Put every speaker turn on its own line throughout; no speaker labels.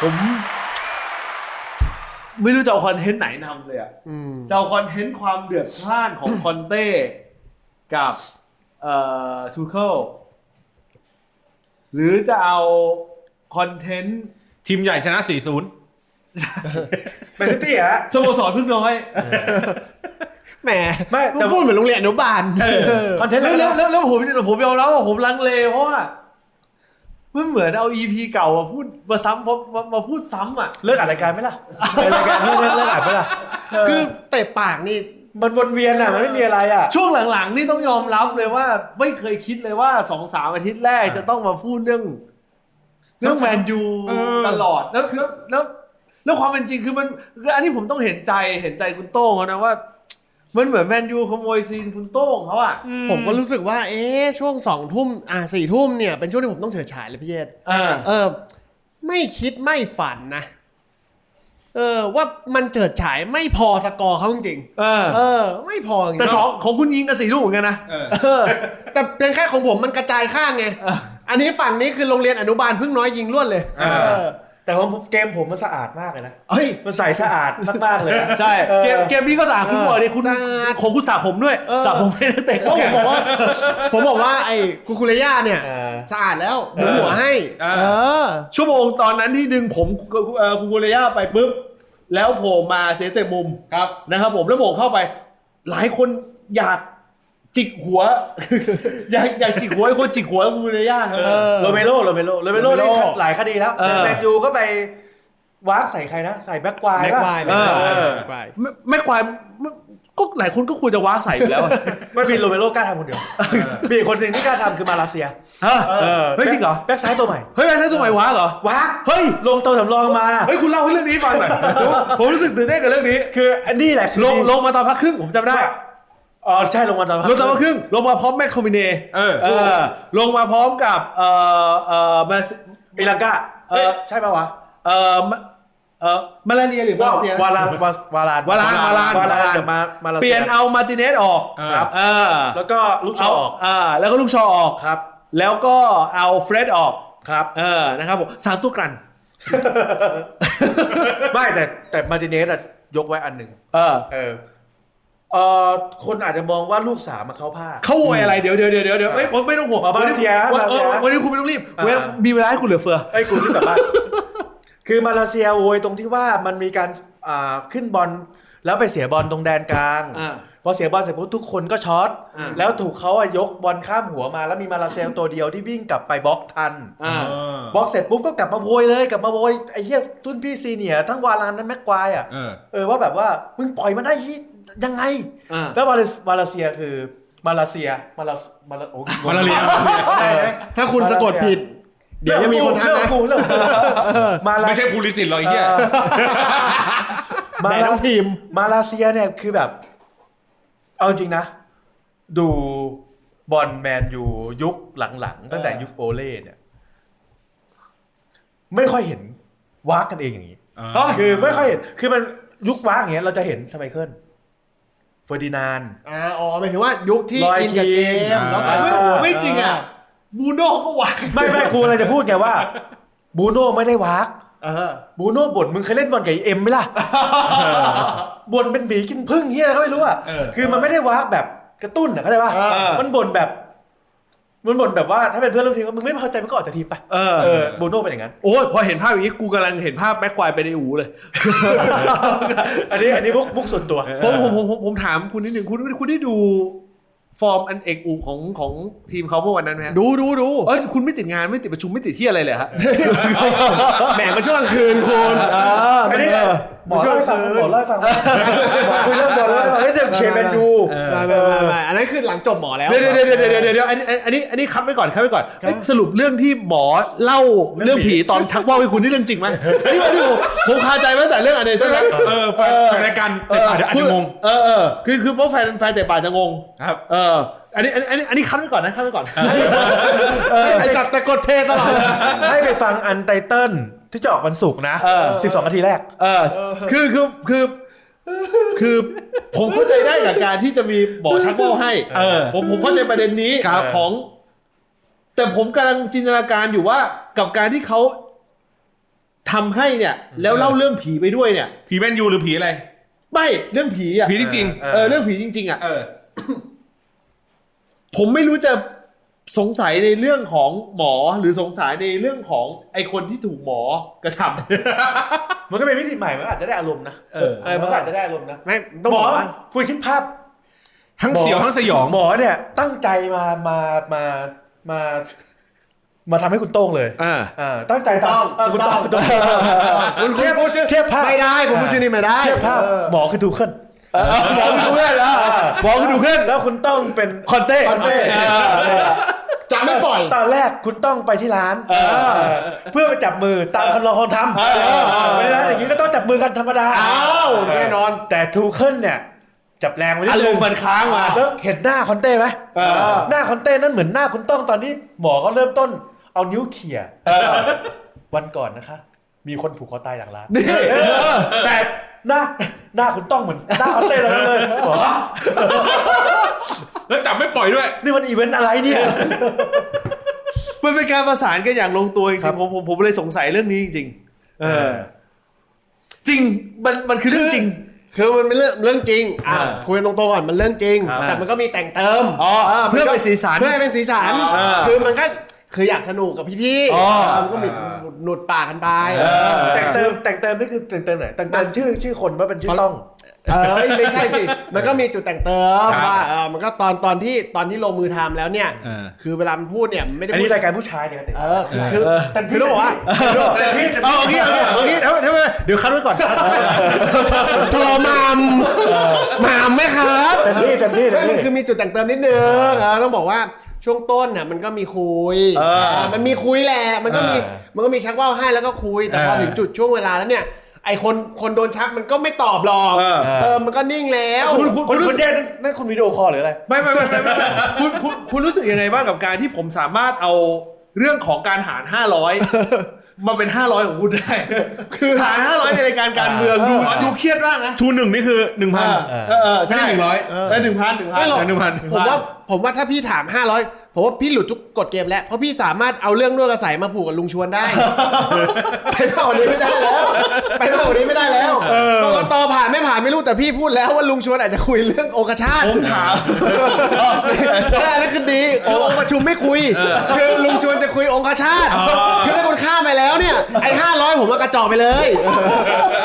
ผม ไม่รู้จะเอาคอนเทนต์ไหนนำเลยอะ
อืม
จะเอาคอนเทนต์ความเดือดพล่านของ คอนเต้กับเอ่อทูเคิลหรือจะเอาคอนเทนต์
ทีมใหญ่ชนะ 4-0
แมนซิตี้ฮะ
สโมสรเพิ่งน้อย
แหม
ไม่แต่
พูดเหมือนโรงเรียนอนุบาลเออ
คอนเทนต์
แล้
แล้วว
แล้วแล้วแล้วผมผมยอมรับว่าผมลังเลเพราะว่ามันเหมือนเอา EP เก่ามาพูดมาซ้ำมามามาพูดซ้ำอ่ะ
เลิกอัดรายการไหมล่ะเป็นรายการเลิกเลิกเลิกอัดไหมล่ะเ
คือเตะปากนี่
มันวนเวียนอ่ะมันไม่มีอะไรอ่ะ
ช่วงหลังๆ นี่ต้องยอมรับเลยว่า ไม่เคยคิดเลยว่าสองสามอาทิตย์แรกจะต้องมาพูดเรื่อง เรื่องแมนยู
เออ
ตลอดแล้วแล้วแล้วแล้วความเป็นจริงคือมันคืออันนี้ผมต้องเห็นใจเห็นใจคุณโต้งเขานะว่า มันเหมือนแมนยูขโมยซีนคุณโต้งเขาอ่ะ
ผมก็รู้สึกว่า เอ๊ะช่วงสองทุ่มอ่าสี่ทุ่มเนี่ย เป็นช่วงที่ผมต้องเฉิดฉายเลยพี่เยศ
เออ
เออ ไม่คิดไม่ฝันนะ เออ ว่ามันเฉิดฉายไม่พอสกอร์เขาจริง
เออ
ๆเออ ไม่พอจริงๆ
แต่สองของคุณยิงกับสี่ลูกเหมือนกันนะ
เออ
เออ แต่เพียงแค่ของผมมันกระจายข้างไง
เออ
อันนี้ฝั่งนี้คือโรงเรียนอนุบาลเพิ่งน้อยยิงล้วนเลย
อ่า
เออ
แต่ว่าเกมผมมันสะอาดมากเลยนะ
เฮ้ย
มันใสสะอาดมากๆเลยอะ
ใช่
ออ
เกมเกมนี้ก็สาคุณบอกเลยคุณ
สาด
ของคุณสาผมด้วย
เออ
สาผมให้นักเตะ
ก็ผมบอกว่า ผมบอกว่าไอ้กูคุเรย่าเนี่ย
เออ
สะอาดแล้วดูหัวให้
เออ
เออ
ชั่วโมงตอนนั้นที่ดึงผมเอ่อคุณกุลยาไปปุ๊บ แล้วโผล่มาเสียเตะมุม
ครับ
นะครับผมแล้วโผล่เข้าไป หลายคนอยากจิกหัว อยากอยากจิกหัวไอ้คนจิกหัวคุณกุลยาครับ
เอ
โรเมโรโรเมโรโรเมโร
โรเม
นี่
โร่
หลายคดีแล้ว
เออ
แมนยูก็ไปวากใส่ใครนะ ใส่แม็กควาย
แม็ก
ป่ะ
ควาย
เอ
แม็กควาย
อ
แม็กควาย
ไม่ไม่ควายไม่ก็หลายคนก็ควรจะว้าใส่อยู่แล้วอะ
ไม่มีโรเมโรกล้าทำคนเดียวมีอีกคนหนึ่งที่กล้าทำคือมาเลเซีย
ฮะเฮ้ยจริงเหรอ
แบ็กซ้ายตัวใหม่
เฮ้ยไม่ใช่ตัวใหม่ว้าเหรอ
วาก
เฮ้ย
ลงตัวสำรองมา
เฮ้ยคุณเล่าให้เรื่องนี้ฟังหน่อยผมผมรู้สึกตื่นเต้นกับเรื่องนี้
คืออันนี้แหละคือ
ลงลงมาตอนพักครึ่งผมจำได้
อ๋อใช่ลงมาตอน
ลงตามมาครึ่งลงมาพร้อมแมคโคมิเน่
เออ
เออลงมาพร้อมกับเอ่อเอ่อมา
มิลังกาเออใช่ป่าวะ
เอ่อมาเอ่อมาลาเรียหรือมา
ว่า
เลเซีย
วาลานวาลาน
วาลานวาลาน
วาลานแต่มามาเลเซีย
เปลี่ยนเอามาร์ติเนสออก
ครับ
เออ
แล้วก็ลูกช
เอา
อออก
เออแล้วก็ลูกชอออก
ครับ
แล้วก็เอาเฟรดออก
ครับ
เออนะครับผมสามตัวกลัน
ไม่แต่แต่มาร์ติเนสอะยกไว้อันหนึ่ง
เออ
เออเออคนอาจจะมองว่าลูกสามมาเข้าผ้าด
เขาโวยอะไรเดี๋ยวเดี๋ยวเดี๋ยวเดี๋ยวเดี๋ยวเอ้ยผมไม่ต้องห่วง
เอามาเลเซีย
วันนี้
มาเลเซีย
เออวันนี้คุณไม่ต้องรีบเว้ย
อ่า
มีเวลาให้คุณเหลือเฟือ
ไอ้กูที่แบบ ว่า คือมาเลเซียโวยตรงที่ว่ามันมีการอ่าขึ้นบอลแล้วไปเสียบอลตรงแดนกลาง
อ่า
พอเสียบอลเสร็จปุ๊บทุกคนก็ช็อต
อ่า
แล้วถูกเขาอะยกบอลข้ามหัวมา แล้วมีมาเลเซียตัวเดียวที่วิ่งกลับไปบล็อกทัน
อ่า
บล็อกเสร็จปุ๊บก็กลับมาโวยเลยกลับมาโวยไอ้เหี้ยตุ้นพี่ซีเนียร์ทั้งวาลานนั้นแม็กควายอ่ะ
เออ
เออว่าแบบว่ามึงปล่อยมันได้ยี่ยังไง
อ่า
แล้วมาเลมาเลเซียคือมาเลเซียมาเลมาเลโอ้ย
มาลาเรีย
ถ้าคุณสะกดผิด เดี๋ยวจะมีคนทักนะ
เรื่องกูเรื่องกูมาลา
ไม่ใช่พูลิสิตหรอกไอ้เหี้ย
เอ่อมา
แต่
ลา
ทั้งทีม
มาลาเซียเนี่ยคือแบบ เอาจริงนะ ดูบอลแมนยูยุคหลังๆ ตั้งแต่ยุคโอเล่เนี่ย ไม่ค่อยเห็นวากกันเองอย่างนี้ คือไม่ค่อยเห็น คือมันยุควากอย่างเงี้ยเราจะเห็นสมัยเคิลเฟอร์ดินาน
อ่าอ๋อหมายถึงว่ายุคที่
รอย
อินกับเก
คิง
มแล้วสาย
ไม่
สอด
ไม่จริงอ่ะบูโน่ก็วาง
ไม่ไม่ครูอะไรจะพูดไงว่า บูโน่ไม่ได้วาก
เออ
บูโน่บ่นมึงเคยเล่นบอลกับไอ้เอ็มไหมล่ะ บ่นเป็นบีกินพึ่งเฮียอะไรก็ไม่รู้อ่ะ
เออ
คือมันไม่ได้ว้าแบบกระตุ้นอ่ะเข้าใจป่ะ
เออ
มันบ่นแบบ มันบ่นแบบว่าถ้าเป็นเพื่อนร่วมทีมก็มึงไม่พอใจมึงก็ออกจากทีมไป
เออ
เออบูโน่เป็นอย่างนั้น
โอ้ยพอเห็นภาพอย่างนี้กูกำลังเห็นภาพแม็กควายไปในอูเลย
อันนี้อันนี้มุกมุกส่วนตัว
ผมผมผมผมผมถามคุณนิดหนึ่งคุณคุณได้ดูฟอร์มอันเอกอูของของทีมเขาเมื่อวันนั้นไหมฮะ
ดูดูดู
เอ้ยคุณไม่ติดงานไม่ติดประชุมไม่ติดที่อะไรเลยฮะ
แหมมันช่วงกลางคืนคุณเออ
อันนี้
เออ
หมอเล่าให้ฟังหมอเล่าให้ฟังว่าหมอคุยเรื่องบอลแล้วเฮ้ยเดี๋ยวเชียร์แมนยู
เออ
ไม่ไม่ไม่ไม่อันนั้นคือหลังจบหมอแล้ว
เดี๋ยวเดี๋ยวเดี๋ยวเดี๋ยวเดี๋ยวเดี๋ยวอันนี้อันนี้อันนี้คัดไว้ก่อนคัดไว้ก่อน
ครับ
เอ้ยสรุปเรื่องที่หมอเล่าเรื่องผีตอนชักว่าวให้คุณนี่เรื่องจริงไหมเฮ้ยนี่ผมผมคาใจมาตั้งแต่เรื่องอะไรใช่ไหม
เออแฟนแฟนรายการเดี๋ยวอาจจะงง
เออเออคือคือเพราะแฟนแฟนแต่ป่าจะงง
ครับ
เออ อันนี้อันนี้อันนี้อันนี้คัดไว้ก่อนนะคัดไว้ก่อน
เออไอสัตว์แต่กดเพลย์ตลอด
ให้ไปฟังอันไตเติ้ลที่จะออกวันศุกร์นะ
เออ
สิบสองนาทีแรก
เออ คือคือคือคือผมเข้าใจได้กับการที่จะมีบอชักเบ้าให้
เออ
ผมผมเข้าใจประเด็นนี้
ครับ
ของ แต่ผมกำลังจินตนาการอยู่ว่ากับการที่เขา ทำให้เนี่ย แล้วเล่าเรื่องผีไปด้วยเนี่ย
ผีแมนยูหรือผีอะไร
ไม่เรื่องผีอ่ะ
ผีที่จริง
เออเรื่องผีจริง ๆอ่ะ
เออ
ผมไม่รู้จะสงสัยในเรื่องของหมอหรือสงสัยในเรื่องของไอคนที่ถูกหมอกระทำ
มันก็เป็นวิธีใหม่มันอาจจะได้อารมณ์นะ
เออ
เออมันก็อาจจะได้อารมณ์นะ
ไม่ต้องบอกว่า
คุณคิดภาพ
ทั้งเสียวทั้งสยอง
หมอเนี่ยตั้งใจมา มา มา มา มาทำให้คุณโต้งเลย
อ่า
อ่าตั้งใจ
ถูกต้อง
ทำเคุณโต้ง
ถู
คุณ
กต้
โต้
อง
ง
คุณคุณ
เทียบ
พูดชื่อ
เทียบภาพ
ไม่ได้ผมพูดชื่อนี้ไม่ได้
เทียบภาพ
เออ
หมอคือดูเคิล
เออ หมอดูเพื่อนอ่ะหมอดูเพื่อน
แล้วคุณโต้องเป็น
คอนเต้
คอนเต้
เออเออ
จะไม่ปล่อย
ตอนแรกคุณต้องไปที่ร้าน
เออ
เออเพื่อไปจับมือตามคำลองคนทำ
เออเออเออ
เพราะฉะนั้นอย่างนี้ก็ต้องจับมือกันธรรมดา
อ้าว
แน่นอน
แต่ทูเคิลเนี่ย จับแรงไปนิด
อาร
นึ
ม
ง
ณ์มันค้างมา
แล้วเห็นหน้าคอนเต้ไหม
เออ
หน้าคอนเต้นั่นเหมือนหน้าคุณต้องตอนที่หมอก็เริ่มต้นเอานิ้วเขี่ย
เออ
วันก่อนนะคะ มีคนผูกคอตายหลังร้าน
นี่เออ
แต่หน้าหน้าคุณต้องเหมือนหน้าคอนเต้เราเลยหมอ
แล้วจับไม่ปล่อยด้วย
นี่มันอีเวนต์อะไรเนี่ย
มันเป็นการประสานกันอย่างลงตัวจริ
ครั
ง
บ
ๆผมผมผมเลยสงสัยเรื่องนี้จริงๆเออ จริงมันมันคือเรื่องจริง
คือมันเป็นเรื่องเรื่องจริงอ่ะ
อ่า
คุยกันตรงๆก่อนมันเรื่องจริง
ครับ
แต่มันก็มีแต่งเติม
อ๋ออ่
า
เพื่อเป็นสีสัน
เพื่อให้เป็นสีสัน
อ่า
คือมันก็คืออยากสนุกกับพี่ๆ
อ๋อ
เออมันก็มีหนุดปากกันไป
เออ
แต่งเติมแต่งเติมนี่คือแต่งเติมไหนแต่งเติมชื่อชื่อคนว่าเป็นชื่อต้อง
เอ้ยไม่ใช่สิ มันก็มีจุดแต่งเติม
ครับ
ว่าเออมันก็ตอนตอนที่ตอนที่ลงมือทำแล้วเนี่ย
เออ
คือเวลามันพูดเนี่ยมันไม่ได้
อัน
พู
นี้
ด
รายการผู้ชายเนี่ย
เออคือคือ
แต่
คือต้องบอกว่า
แต่พี่
เอาเอางี้เอางี้เอางี้เอาเอาเอาเดี๋ยวคัดไว้ก่อน
เธอมามมามไหมครับ
แต่พี่แต่พี่แต่
ไม่มันคือ
พี่
มีจุดแต่งเติมนิดนึงเออต้องบอกว่าช่วงต้นน่ะมันก็มีคุยเออมันมีคุยแหละ มันก็มีมันก็มีชักว่าวให้แล้วก็คุย แต่พอถึงจุดช่วงเวลาแล้วเนี่ย ไอคนคนโดนชักมันก็ไม่ตอบหรอก
เออ
เออมันก็นิ่งแล้ว
คุณคุณ
คุณคุณแยกนั่นนั่นคุณวิดีโอคอลหรืออะไร
ไม่ไม่ไม่ไม่ไม่ไม่คุณคุณคุณรู้สึกยังไงบ้างกับการที่ผมสามารถเอาเรื่องของการหาร 500 มาเป็น 500 ของคุณได้ คือหาร 500 ในรายการการเมืองดู
อ่า
ดูเครียดมากนะ
ชูหนึ่งนี่คือหนึ่งพัน
เออเออเออใช่
ไม่ได้100
เออหนึ่งพันหนึ่งพัน
ไม่หรอก
หนึ่งพันหนึ่ง
ผม
พัน
ว่าผมว่าถ้าพี่ถาม 500 ผมว่าพี่หลุดทุกกฎเกมแล้ว เพราะพี่สามารถเอาเรื่องด้วยกระใสมาผูกกับลุงชวนได้ ไปมากกว่านี้ไม่ได้แล้ว ไปมากกว่านี้ไม่ได้แล้วกกตผ่านไม่ผ่านไม่รู้แต่พี่พูดแล้วว่าลุงชวนอาจจะคุยเรื่องโอกาชาติ
ผมถาม
ใช่นั่นคือดีคือองค์ประชุมไม่คุย คือลุงชวนจะคุยองค์ชาติคือถ้าคนข้ามไปแล้วเนี่ยไอ้500 ผมเอากระจอกไปเลย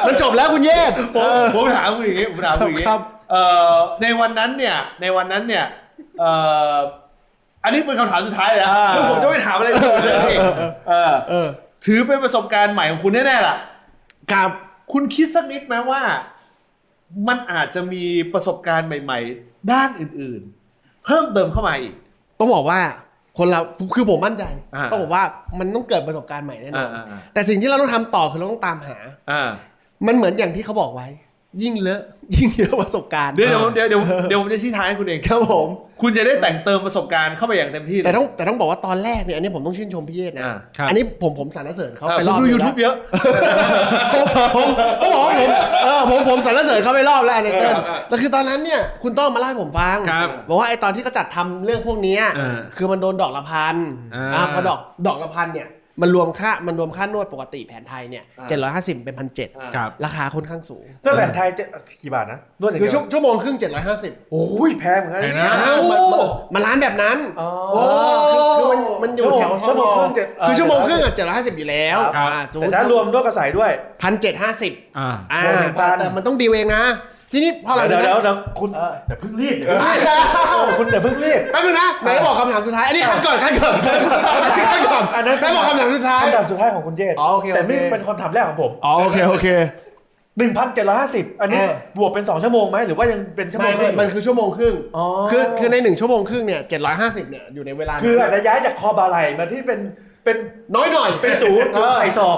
มันจบแล้วคุณเยศ
ผมผมถามคุณอย่างนี้ผมถามคุณอย่างนี้
ครับ
เอ่อในวันนั้นเนี่ย ในวันนั้นเนี่ยเอ่ออันนี้เป็นคำถามสุดท้ายเลยนะแล้วผมจะไม่ถามอะไรเลยเลยเออ
เออ
ถือเป็นประสบการณ์ใหม่ของคุณแน่ๆล่ะ
กับ
คุณคิดสักนิดไหมว่า มันอาจจะมีประสบการณ์ใหม่ ๆ ด้านอื่นๆ เพิ่มเติมเข้ามาอีก
ต้องบอกว่าคนเราคือผมมั่นใจ
อ่า
ต้องบอกว่ามันต้องเกิดประสบการณ์ใหม่แน่น
อ่า
อนแต่สิ่งที่เราต้องทำต่อคือเราต้องตามหา
อ่า
มันเหมือนอย่างที่เขาบอกไว้ ยิ่งเลอะ ยิ่งเยอะประสบการณ์
เดี๋ยวเดี๋ยวผมเดี๋ยวเดี๋ยวเดี๋ยวผมจะชี้ทางให้คุณเอง
ครับผม
คุณจะได้แต่งเติมประสบการณ์เข้าไปอย่างเต็มที่เลย
แต่ต้องแต่ต้องบอกว่าตอนแรกเนี่ยอันนี้ผมต้องชื่นชมพี่เยศนะ
อ่า
ครับ
อันนี้ผมผมสรรเสริญเขา
อ่า
ไป
ผ
ร
ม
อบ
ดู
หนึ่ง
YouTube เยอะ
ผมผมผมบอกว่าผมเออผมผมสรรเสริญเขาไปรอบแล้วอันนี้เติ้ลแต่คือตอนนั้นเนี่ยคุณต้องมาเล่าให้ผมฟัง
ครับ
บอกว่าไอตอนที่เขาจัดทำเรื่องพวกเนี้ย
เออ
คือมันโดนดอกละพัน
อ่า
พอดอกดอกละพันเนี่ยมันรวมค่ามันรวมค่านวดปกติแผนไทยเนี่ย
อ่า
เจ็ดร้อยห้าสิบเป็นพันเจ็ด
ครับ
ราคาค่อนข้างสูง
เพื่อแผนไทยจะกี่บาทนะนวดอย่าง
คือ
เดียว
ชั่วชั่วโมงครึ่งเจ็ดร้อยห้าสิบ
โอ้ยแพงเหมือนกัน
เห็น
นะ
นะ
อ้าวมันร้านแบบนั้น
อ๋อ
เออคือคือมันมันอยู่แถวท
ชั่วโมง
อ
ครึ่งเจ็ด
คือชั่วโมงครึ่งอ่ะเจ็ดร้อยห้าสิบอยู่แล้ว
ครับ
อ่าสมม
แต่
ติ
ถ้ารวมด้วยกระสายด้วย
พันเจ็ดห้าสิบ
อ่า
อ่า
โอ้หนึ่งพัน
แต่มันต้องดีลเองนะ ทีนี้พอหลัง
เดี๋
จาย ก
ว
นั้
เดี๋ยวน เดี๋ยวคุณอย่าเพิ่งรีบเดี๋ยว
อ่า
คุณอย่าเพิ่งรีบ
แป๊บนึงนะไหนบอกคำถามสุดท้าย อันนี้คัดก่อนคัดก่อนคัดก่อนอันนี้คัดก่อน
อันนั้น
ไหนบอกคำถามสุดท้าย
คำถามสุดท้ายของคุณเยศ
อ๋อโอเคโอเค
แต่นี่เป็นคำถามแรกของผม
อ๋อโอเคโอเค
1,750 อันนี้
เออ
บวกเป็น 2 ชั่วโมงไหมหรือว่ายังเป็นชั่วโม
ไม่
ง
ไม่มันคือชั่วโมงครึ่ง
อ๋อ
คือคือในหนึ่งชั่วโมงครึ่งเนี่ยเจ็ดร้อยห้าสิบเนี่ยอยู่ในเวลานั้น
คืออาจจะย้ายจากคอบาไหลมาที่เป็นเป็น
น้อยหน่อย
เป็นจู
เอ
จู
อ
ไข่ศอก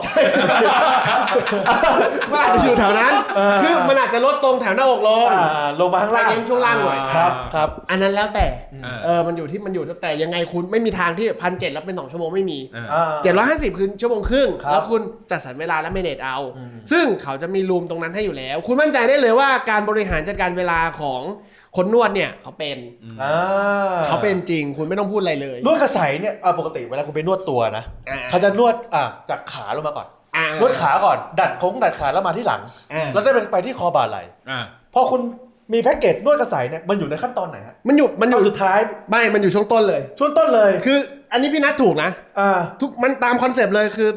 มันอาจจะอยู่แถวนั้น
เออ
คือมันอาจจะลดตรงแถวหน้าอกลง
อ่าลงมาข้างล่าง
เน้นช่วงล่างหน่อย
ครับครับ
อันนั้นแล้วแต่
เออ
เออมันอยู่ที่มันอยู่แต่ยังไงคุณไม่มีทางที่พันเจ็ดแล้วเป็นสองชั่วโมงไม่มี
อ่า
750 คือชั่วโมงครึ่ง
ครับ
แล้วคุณจัดสรรเวลาและเมเนจเอา
อืม
ซึ่งเขาจะมีรูมตรงนั้นให้อยู่แล้ว คุณมั่นใจได้เลยว่าการบริหารจัดการเวลาของคนนวดเนี่ยเขาเป็น
อ่า
เขาเป็นจริง คุณไม่ต้องพูดอะไรเลย
นวดกระสายเนี่ยอ่าปกติเวลาคุณไปนวดตัวนะ
อ่า
เขาจะนวดอ่าจากขาลงมาก่อน
อ่า
ลดขาก่อน ดัดโค้งดัดขาแล้วมาที่หลัง
อ่า
แล้วได้ไปที่คอบ่าไหล
อ่า
พอคุณมีแพ็กเกจนวดกระสายเนี่ยมันอยู่ในขั้นตอนไหนฮะ
มันอยู่มันอ
ขั้
ยู่
นสุดท้าย
ไม่มันอยู่ช่วงต้นเลย
ช่วงต้นเลย
คือ อันนี้พี่นัทถูกนะ
อ่า
ทุกมันตามคอนเซปต์เลยคือ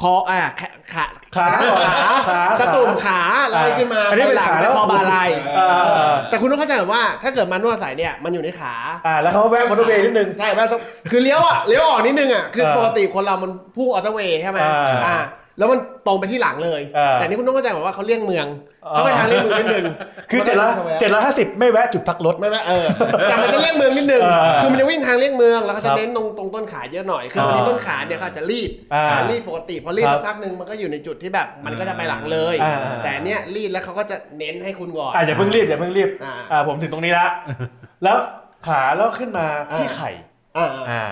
คออ่าขาขา
ขา
ขา
ขา
ตะตุ่มขาไล่ขึ้นมา
อันนี้
ไป
เป็น
หลัง
ขา
ไป
แล้ว
คอบาไหล
อ่า
แต่คุณต้องเข้าใจก่อนว่า ถ้าเกิดมันนวดสายเนี่ยมันอยู่ในขา
อ่าแล้วเขาแวะมอเตอร์เวย์นิดนึง
ใช่ว่าต้องคือเลี้ยวอ่ะเลี้ยวออกนิดนึงอ่ะคือ
เออ
ปกติคนเรามันพุ่งออโตเวย์ใช่ไหม
เอออ่
อ่าแล้วมันตรงไปที่หลังเลย
เออ
แต่นี่คุณต้องเข้าใจก่อนว่าเขาเลี่ยงเมือง
เออ
เขาไปทางเลี่ยงเมืองนิดนึง
คือเจ็ดร้อยเจ็ดร้อยห้าสิบไม่แวะจุดพักรถ
ไม่ไม่เออแต่มันจะเลี่ยงเมืองนิดนึง
เออ
คือมันจะวิ่งทางเลี่ยงเมืองแล้วก็
ค
จะ
รับ
เน้นตรงตรงต้นขาเยอะหน่อยคือวันนี้ต้นขาเนี่ยเขาอาจจะรีด
อ่า
อ่ารีดปกติพอรีด
ครับ
สักพักหนึ่งมันก็อยู่ในจุดที่แบบมันก็จะไปหลังเลย
อ่า
แต่เนี้ยรีดแล้วเขาก็จะเน้นให้คุณก่อน
อ่าอย่าเพิ่งรีบอย่าเพิ่งรีบ
อ่า
อ่าผมถึงตรง นี้ละแล้วขาแล้วขึ้นมาที่
อ่า
ไข่
อ่าอ่า
อ่า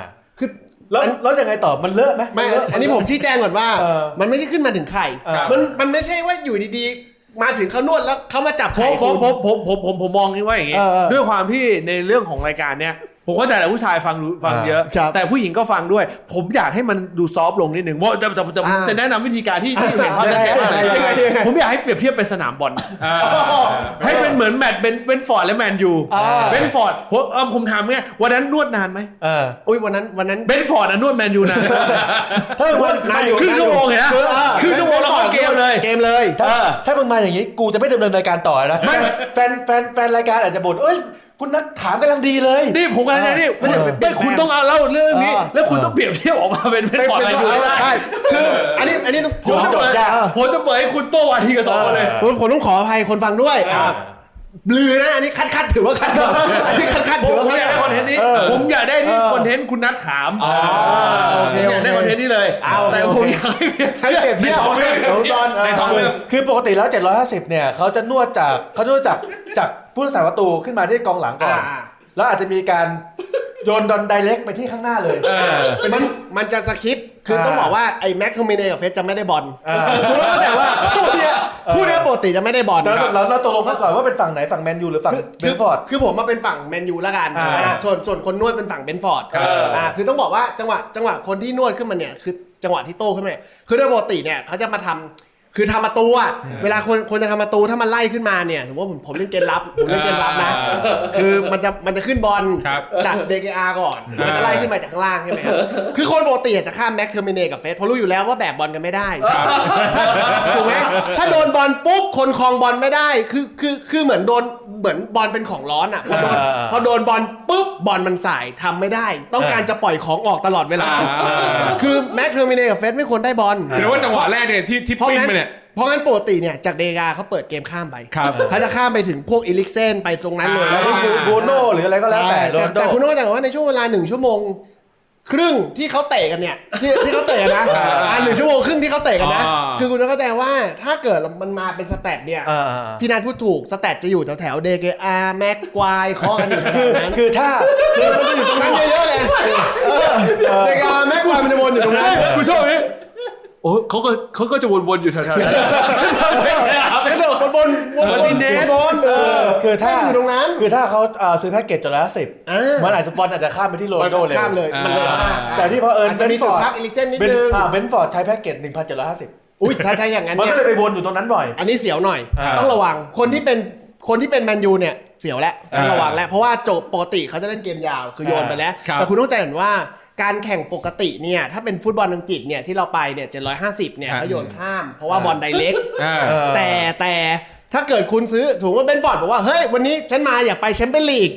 คือ
แล้ว
อัน
แล้วยังไงต่อมันเลอะไหม
ไม่
เลอะ
อันนี้ผมชี้แจงก่อนว่า
เออ
มันไม่ใช่ขึ้นมาถึงไข่
เออ
มันมันไม่ใช่ว่าอยู่ดีๆ มาถึงเขานวดแล้วเขามาจับ
ผ
ไข่
มผ
คุ
ม
ณ
ผมผมผมผมผมมองคิดว่าอย่างงี้
เออเออ
ด้วยความที่ในเรื่องของรายการเนี้ยผมเข้าใจแหละผู้ชายฟังรู้ฟังเยอะ
ครับ
แต่ผู้หญิงก็ฟังด้วย ผมอยากให้มันดูซอฟต์ลงนิดนึงว่าจะจะจะ
อ่า
จะแนะนำวิธีการที่ที่เห็นภาพ
ได้
ชัดเจน
ได้ได้
ยังไง
ได้
ผมอยากให้เปรียบเทียบเป็นสนามบอล
อ่า
ให้เป็นเหมือนแมตช์เป็นเป็นฟอร์ดและแมนยู
อ่า
เบนฟอร์ดผมเออผมถามไงวันนั้นนวดนานไหม
เออ
อุ้ยวันนั้นวันนั้น
เบนฟอร์ดอะนวดแมนยูน าน
ถ้ามึงมาน
านอยู่
ครึ่งชั่วโมงเห็นไหม
คือเออ
ครึ่งชั่วโมงแล้วเข้าเกมเลย
เกมเลย
ถ้า
เออ
ถ้ามึงมาอย่างนี้กูจะไม่ดำเนินรายการต่อนะ
ไม่
แฟนแฟนแฟนรายการอาจจะบ่นเอ้ย คุณนักถามกำลังดีเลย
นี่ผมกำลังจะนี่
เออ
ไม่คุณต้องเอาเล่าเรื่องนี้
เออ
แล้วคุณต้องเปรียบเทียบออกมาเป็นเบนฟอร์ดแมนยูให้ได้
ใช่คืออันนี้อันนี้ต้อง
ผมจะเปิด
จบยาก
ผมจะเปิดให้คุณโต้อาทีกับสองคนเลย
ผมผมต้องขออภัยคนฟังด้วย
อ่า
ลือนะอันนี้คัดคัดถือว่า คัดก่อนอันนี้คัดคัด
ผ
ถื
ม
อ
ผม
ว่าคัด
อยากได้คอนเทนต์นี้
เออ
ผมอยากได้ที่
เออ
คอนเทนต์คุณนัดถาม
อ๋อโอเค
ผมอยากได้
โอเค
คอนเทนต์นี้เลย
เอาโอเค
แต่
โอเค
ผมอยากให้เปรียบ
ใช้
เทียบ
เปรียบเทียบ
ในท้องเรื่องในท้
ของตอน
องเรื่อง
คือปกติแล้ว 750 เนี่ยเขาจะนวดจากเขานวดจากจากผู้รักษาประตูขึ้นมาที่กองหลังก่อน
อ่า
แล้วอาจจะมีการโยนดอนไดเล็กไปที่ข้างหน้าเลย
เออ
มันมันจะสคริปต์คือต้องบอกว่าไอ้แม็กโทมิเนกับเฟสจะไม่ได้บอล
อ่า
คุณต้องเข้าใจว่าคู่เนี้ยคู่เนี้ยปกติจะไม่ได้บอล
แล้วเราเราตกลงกันก่อนว่าเป็นฝั่งไหนฝั่งแมนยูหรือฝั่งเบ
คื
นฟอร์ด
คือผมมาเป็นฝั่งแมนยูละกัน
อ่า
อ่าส่วนส่วนคนนวดเป็นฝั่งเบนฟอร์ด
ครับ
อ่าคือต้องบอกว่าจังหวะจังหวะคนที่นวดขึ้นมาเนี่ยคือจังหวะที่โต้ขึ้นมาเนี่ยคือโดยปกติเนี่ยเขาจะมาทำคือทำประตูอะเวลาคนคนจะทำประตูถ้ามันไล่ขึ้นมาเนี่ยสมมติว่าผมผมเล่นเกมรับผมเล่นเกมรับนะ คือมันจะมันจะขึ้นบอล
ครับ
จาก DKR ก่อน
อ่ามั
มันจะไล่ขึ้นมาจากข้างล่างใช่ไหมครับ คือคนปกติอาจจะข้ามแม็กเทอร์มิเนกับเฟสเพราะรู้อยู่แล้วว่าแบกบอลกันไม่ได้ถ้าถูกไหมถ้าโดนบอลปุ๊บคนคลองบอลไม่ได้ คือคือคือเหมือนโดนเหมือนบอลเป็นของร้อนอ่ะพอโดน
อ่า
พอโดนบอลปุ๊บบอลมันสายทำไม่ได้ ต้องการจะปล่อยของออกตลอดเวลา
อ่า
คือแม็กเทอร์มิเนกับเฟสไม่ควรได้บอล
แสดงว่าจังหวะแรกเนี่ยที่ที่
เพราะ
ปิ้ง
งั้น
ไปเนี่ย
เพราะงั้นปกติเนี่ยจากเดกาเขาเปิดเกมข้ามไป
ครับ
เขาจะข้ามไปถึงพวกอีลิกเซนไปตรงนั้นเลย
อ่า
แล้วก็
บูบูโน่หรืออะไรก็แล้วแต่
ใช่
โรนลโด
แต่คุณต้องเข้าใจก่อนว่าในช่วงเวลาหนึ่งชั่วโมง ครึ่งที่เขาเตะกันเนี่ยที่ที่เขาเตะกันนะ
อ่า
อ่าหนึ่งชั่วโมงครึ่งที่เขาเตะกันนะ
อ่า
คือคุณต้องเข้าใจว่าถ้าเกิดมันมาเป็นสแตทเนี่ย
อ่าอ่าอ่า
พี่นัทพูดถูกสแตทจะอยู่แถวแถวเดเกอาแม็กควายคอกันอยู่แถ
คือ
วนั้น
คือถ้า
คือมันจะอยู่ตรงนั้นเยอะๆเลยเดกาแม็กควายมันจะวนอยู่ตรงนั้น
กูชอบนี่โอ้เขาก็เขาก็จะวนๆอยู่แถ วๆนั้น
กระโดดบนบนบนดินเดบนเออ
คือถ้า
ให้มันอยู่ตรงนั้น
คือถ้าเขาเอ่อซื้อแพ็กเกจจนละสิบ
อ่า
มันอาจจะบอลอาจจะข้ามไปที่โรนลโดเลย
ข้ามเลยมันเลยมาก
แต่ที่พอเผอิญ
อาจจะมีจุดพักอีลิกเซนนิด
เบน
นึง
อ่าเบนฟอร์ดใช้แพ็กเกจ1,750
อุ้ยถ้าถ้าอย่างนั้น
มันก็
เนี่ย
เลยไปวนอยู่ตรงนั้นบ่อย
อันนี้เสียวหน่อย
อ่า
ต้องระวัง คนที่เป็นคนที่เป็นแมนยูเนี่ยเสียวแล้ว
อ่า
ต้องระวังแล้วเพราะว่าโจบปกติเขาจะเล่นเกมยาวคือโยนไปแล้ว
ครับ
แต่คุณต้องใจเห็นว่าการแข่งปกติเนี่ยถ้าเป็นฟุตบอลอังกฤษเนี่ยที่เราไปเนี่ย750เนี่ยเขาโยนข้ามเพราะว่าบอลไดเล็ก
เออ
แต่แต่ถ้าเกิดคุณซื้อสมมติว่าเบนฟอร์ดบอกว่าเฮ้ยวันนี้ฉันมาอยากไปแชมเปี้ยนลีก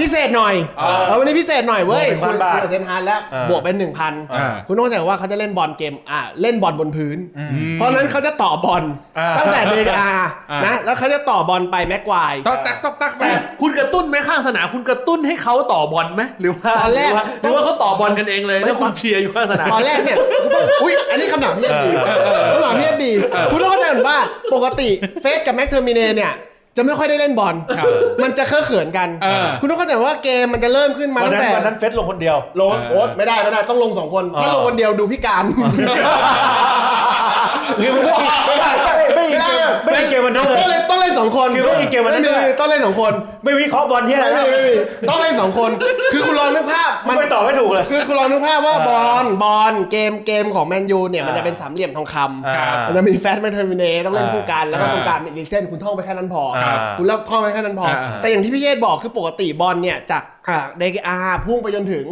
พิเศษหน่อย
เออ
เออวันนี้พิเศษหน่อยเว้ย
บวกเป็น
คุณ
พันบาท
คุณเทนฮานแล้ว
เออบ
วกเป็นหนึ่งพัน
อ่า
คุณต้องเข้าใจว่าเขาจะเล่นบอลเกมอ่าเล่นบอลบนพื้น
อืม
เพราะฉะนั้นเขาจะต่อบอล
อ่า
ตั้งแต่เดกอา
อ่าน
นะแล้วเขาจะต่อบอลไปแม็กควาย
ตอกตักตอกตักไป
แต่คุณกระตุ้นไหมข้างสนามคุณกระตุ้นให้เขาต่อบอลไหมหรือว่า
ตอนแรก
หรือว่าเขาต่อบอลกันเองเลยแล้วคุณเชียร์อยู่ข้างสนาม
ตอนแรกเนี่ยคุณต้องอุ้ยอันนี้คำถามเรียบดี
เออเออเออ
คำถามเรียบดี คุณต้องเข้าใจก่อนว่าปกติเฟสกับแม็กเทอร์มิเนเนี่ย จะไม่ค่อยได้เล่นบอล
ครับ
มันจะเคอะเขินกัน
เออ
คุณต้องเข้าใจว่าเกมมันจะเริ่มขึ้นมา
วันนั้
ตั้งแต่
นวันนั้นเฟสลงคนเดียว
ลงโอ๊ตไม่ได้ไม่ได้ต้องลงสองคน
อ่า
ถ้าลงคนเดียวดูพิการ
หรือมันไม่มีไม่ได้ไม่ได้
ไม่ได้
ไม่ได้
นเกมวันเดอร์
ต้องเล่นต้องเล่นสองคน
คือว่าอีกเกมมันได้
ไม่มี
ด้วย
ต้องเล่นสองคน
ไม่วิเคราะห์บอลที่อะไร
ไม่มีไม่มีต้องเล่นสองคน คือคุณลองนึกภาพ
มันไปต่อไม่ถูกเลย
คือคุณลองนึกภาพว่าบ
อ่า
อลบอลเกมเกมของแมนยูเนี่ยมันจะ
อ่า
เป็นสามเหลี่ยมทองคำ
ครับ
มันจะมีแฟตแมนเทอร์มินเนต้องเล่นคู่กันแล้วก็
อ่า
ตรงกลางมีลิเซนคุณท่องไปแค่นั้นพอ
ครับ
คุณเล่าท่องไปแค่นั้นพอ
อ่า
แต่อย่างที่พี่เยศบอกคือปกติบอลเนี่ยจากเดกอาพุ่งไปจนถึง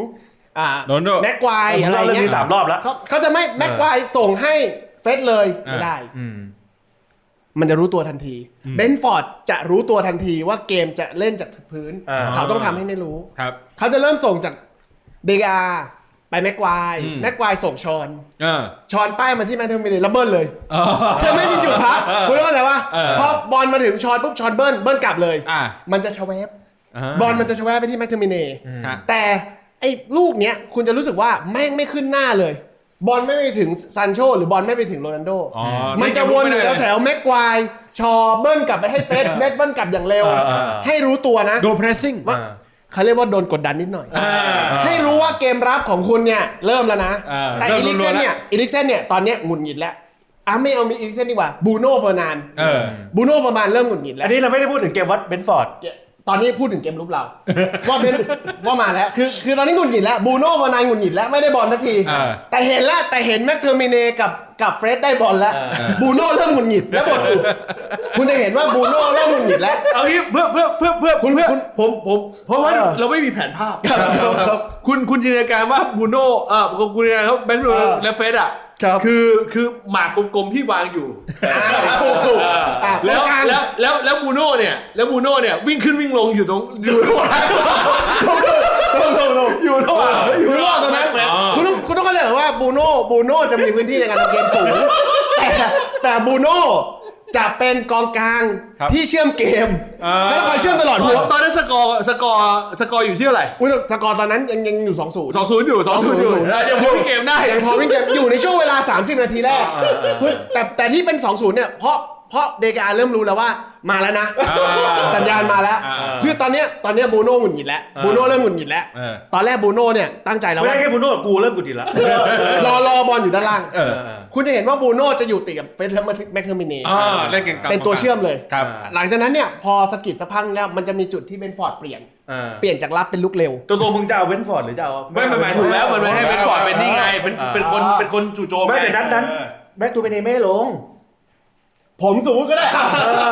อ่า
โรนลโด
แม็กควายอะไร
เราเล่น
เงี้ย
นี้สามรอบแล้ว
เขาเขาจะไม่แม็กควายส่งให้เฟสเลยไม่ได้
อืม
มันจะรู้ตัวทันทีเบนฟอร์ดจะรู้ตัวทันทีว่าเกมจะเล่นจากพื้น
อ่า
เขาต้องทำให้ไม่รู้
ครับ
เขาจะเริ่มส่งจากเดกอาไปแม็กควาย
อืม
แม็กควายส่งชอน
เออ
ชอนป้ายมาที่แมนเทอร์มินเนแล้วเบิ้ลเลย
เออ
จะไม่มีหยุดพักคุณเข้าใจว่า
เออ
พอบอลมาถึงชอนปุ๊บชอนเบิ้ลเบิ้ลกลับเลย
อ่ะ
มันจะชะแวบ
า
บอลมันจะชะแวบไปที่แมคเทอร์มิเน่
ฮะ
แต่ไอ้ลูกเนี้ยคุณจะรู้สึกว่าแม่งไม่ขึ้นหน้าเลย บอลไม่ไปถึงซันโชหรือบอลไม่ไปถึงโรนัลโด
อ๋อ
มันจะวนอยู่แถวๆแม็กควายชอเบิ้ลกลับไปให้เฟส เม็ดเบิ้ลกลับอย่างเร็ว
เออเออเออ
ให้รู้ตัวนะ
โดน pressing
ว่า เขาเรียกว่าโดนกดดันนิดหน่อย
อ่า
ให้รู้ว่าเกมรับของคุณเนี่ยเริ่มแล้วนะ
อ่า
แต่
เริ่
อี
ม
ลิก
รั
เซ
วน ๆแล้ว
เนี่ยอีลิกเซนเนี่ยตอนเนี้ยหงุดหงิดแล้วอ่ะไม่เอามีอีลิกเซนดีกว่าบูโน่เฟอร์นาน
เออ
บูโน่เฟอร์นานเริ่มหงุดหงิดแล้
อั
วน
นี้เราไม่ได้พูดถึงเกมวัดเบนฟอร์ด
ตอนนี้พูดถึงเกมลุกเรา ว่าเป็นว่ามาแล้ว คือคือตอนนี้หงุดหงิดแล้วบูโน่เฟอร์นานหงุดหงิดแล้วไม่ได้บอลสักที
อ่า
แต่เห็นแล้วแต่เห็นแม็กเทอร์มิเนกับกับเฟรดได้บอลแล้ว
อ่า
บูโน่เริ่มหงุดหงิดแล้วบทถูกคุณจะเห็นว่าบูโน่เริ่มหงุดหงิดแล้ว
เอางี้เพื่อเพื่อเพื่อเพื่อ
คุณ
เพื่อ
คุณ
ผมผมเพราะว่า
เออ
เราไม่มีแผนภาพ
ครับครับครับ
คุณคุณจินตนาการว่าบูโน่เออคุณจินตนาการว่าแบน
เออ
และเฟสอ่ะ
ครับ
คือคือหมากกลมๆที่วางอยู่
อ่าถูกถูกอ่ะ
แล้
แล้ว วการ
แล้วแล้วแล้วบูโน่เนี่ยแล้วบูโน่เนี่ยวิ่งขึ้นวิ่งลงอยู่ตรงอยู่ระหว่าง
ถูกถูกถูกถูกถูก
อยู่ระหว่าง
อยู่รอดตรงนั้นคุณต้องคุณต้องเข้าใจก่อนว่าบูโน่บูโน่จะมีพื้นที่ในการทำเกมสูง แต่แต่บูโน่จะเป็นกองกลางที่เชื่อมเกมแล้วก็คอยเชื่อมตลอดหัว
ตอนนั้นสกอร์สกอร์สกอร์อยู่ที่เท่าไหร่
อุ้ยแต่สกอร์ตอนนั้นยังยังอยู่2อศูนย์
สองศูนย์อยู่สองศูนย์อยู่
2-0
อ่ะยังพูดเกมได้
ยังพอวิ่งเกมอยู่ในช่วงเวลา 30 นาทีแรกอุ๊ยแต่แต่ที่เป็น 2 0 เนี่ยเพราะเพราะเดกาเริ่มรู้แล้วว่ามาแล้วนะ สัญญาณมาแล้ว
อ่า
คือตอนเนี้ยตอนเนี้ยบูโน่หงุดหงิดแล้วบูโน่เริ่มหงุดหงิดแล้ว
เออ
ตอนแรกบูโน่เนี่ยตั้งใจแล้ว
ไม่
ว่า
ได้แค่พูดโน่กับกูเริ่มกูดีละ
รอรอบอลอยู่ด้านล่าง
เออ
คุณจะเห็นว่าบูโน่จะอยู่ติดกับเฟสและแมคเทอร์มินี
อ่าเล่นเก่งกลับ
เป็นตัวเชื่อมเลย
ครับ
หลังจากนั้นเนี่ยพอสะกิดสักพักแล้วมันจะมีจุดที่เบนฟอร์ดเปลี่ยน
อ่า
เปลี่ยนจากรับเป็นลุกเร็ว
ตัวตัวมึงจะเอาเบนฟอร์ดหรือจะเอา
ไม่ไม่หมายถูกแล้วมันไม่ให้เป็นฟอร์ดเป็นนี่ไงเป็น
อ่า
เป็นคนเป็นคนจู่โจม
ไม่แต่
ไง
นั้นนั้น
เออ
แม็กตูเปเนไม่ได้ลง
ผมสมมติก็ได้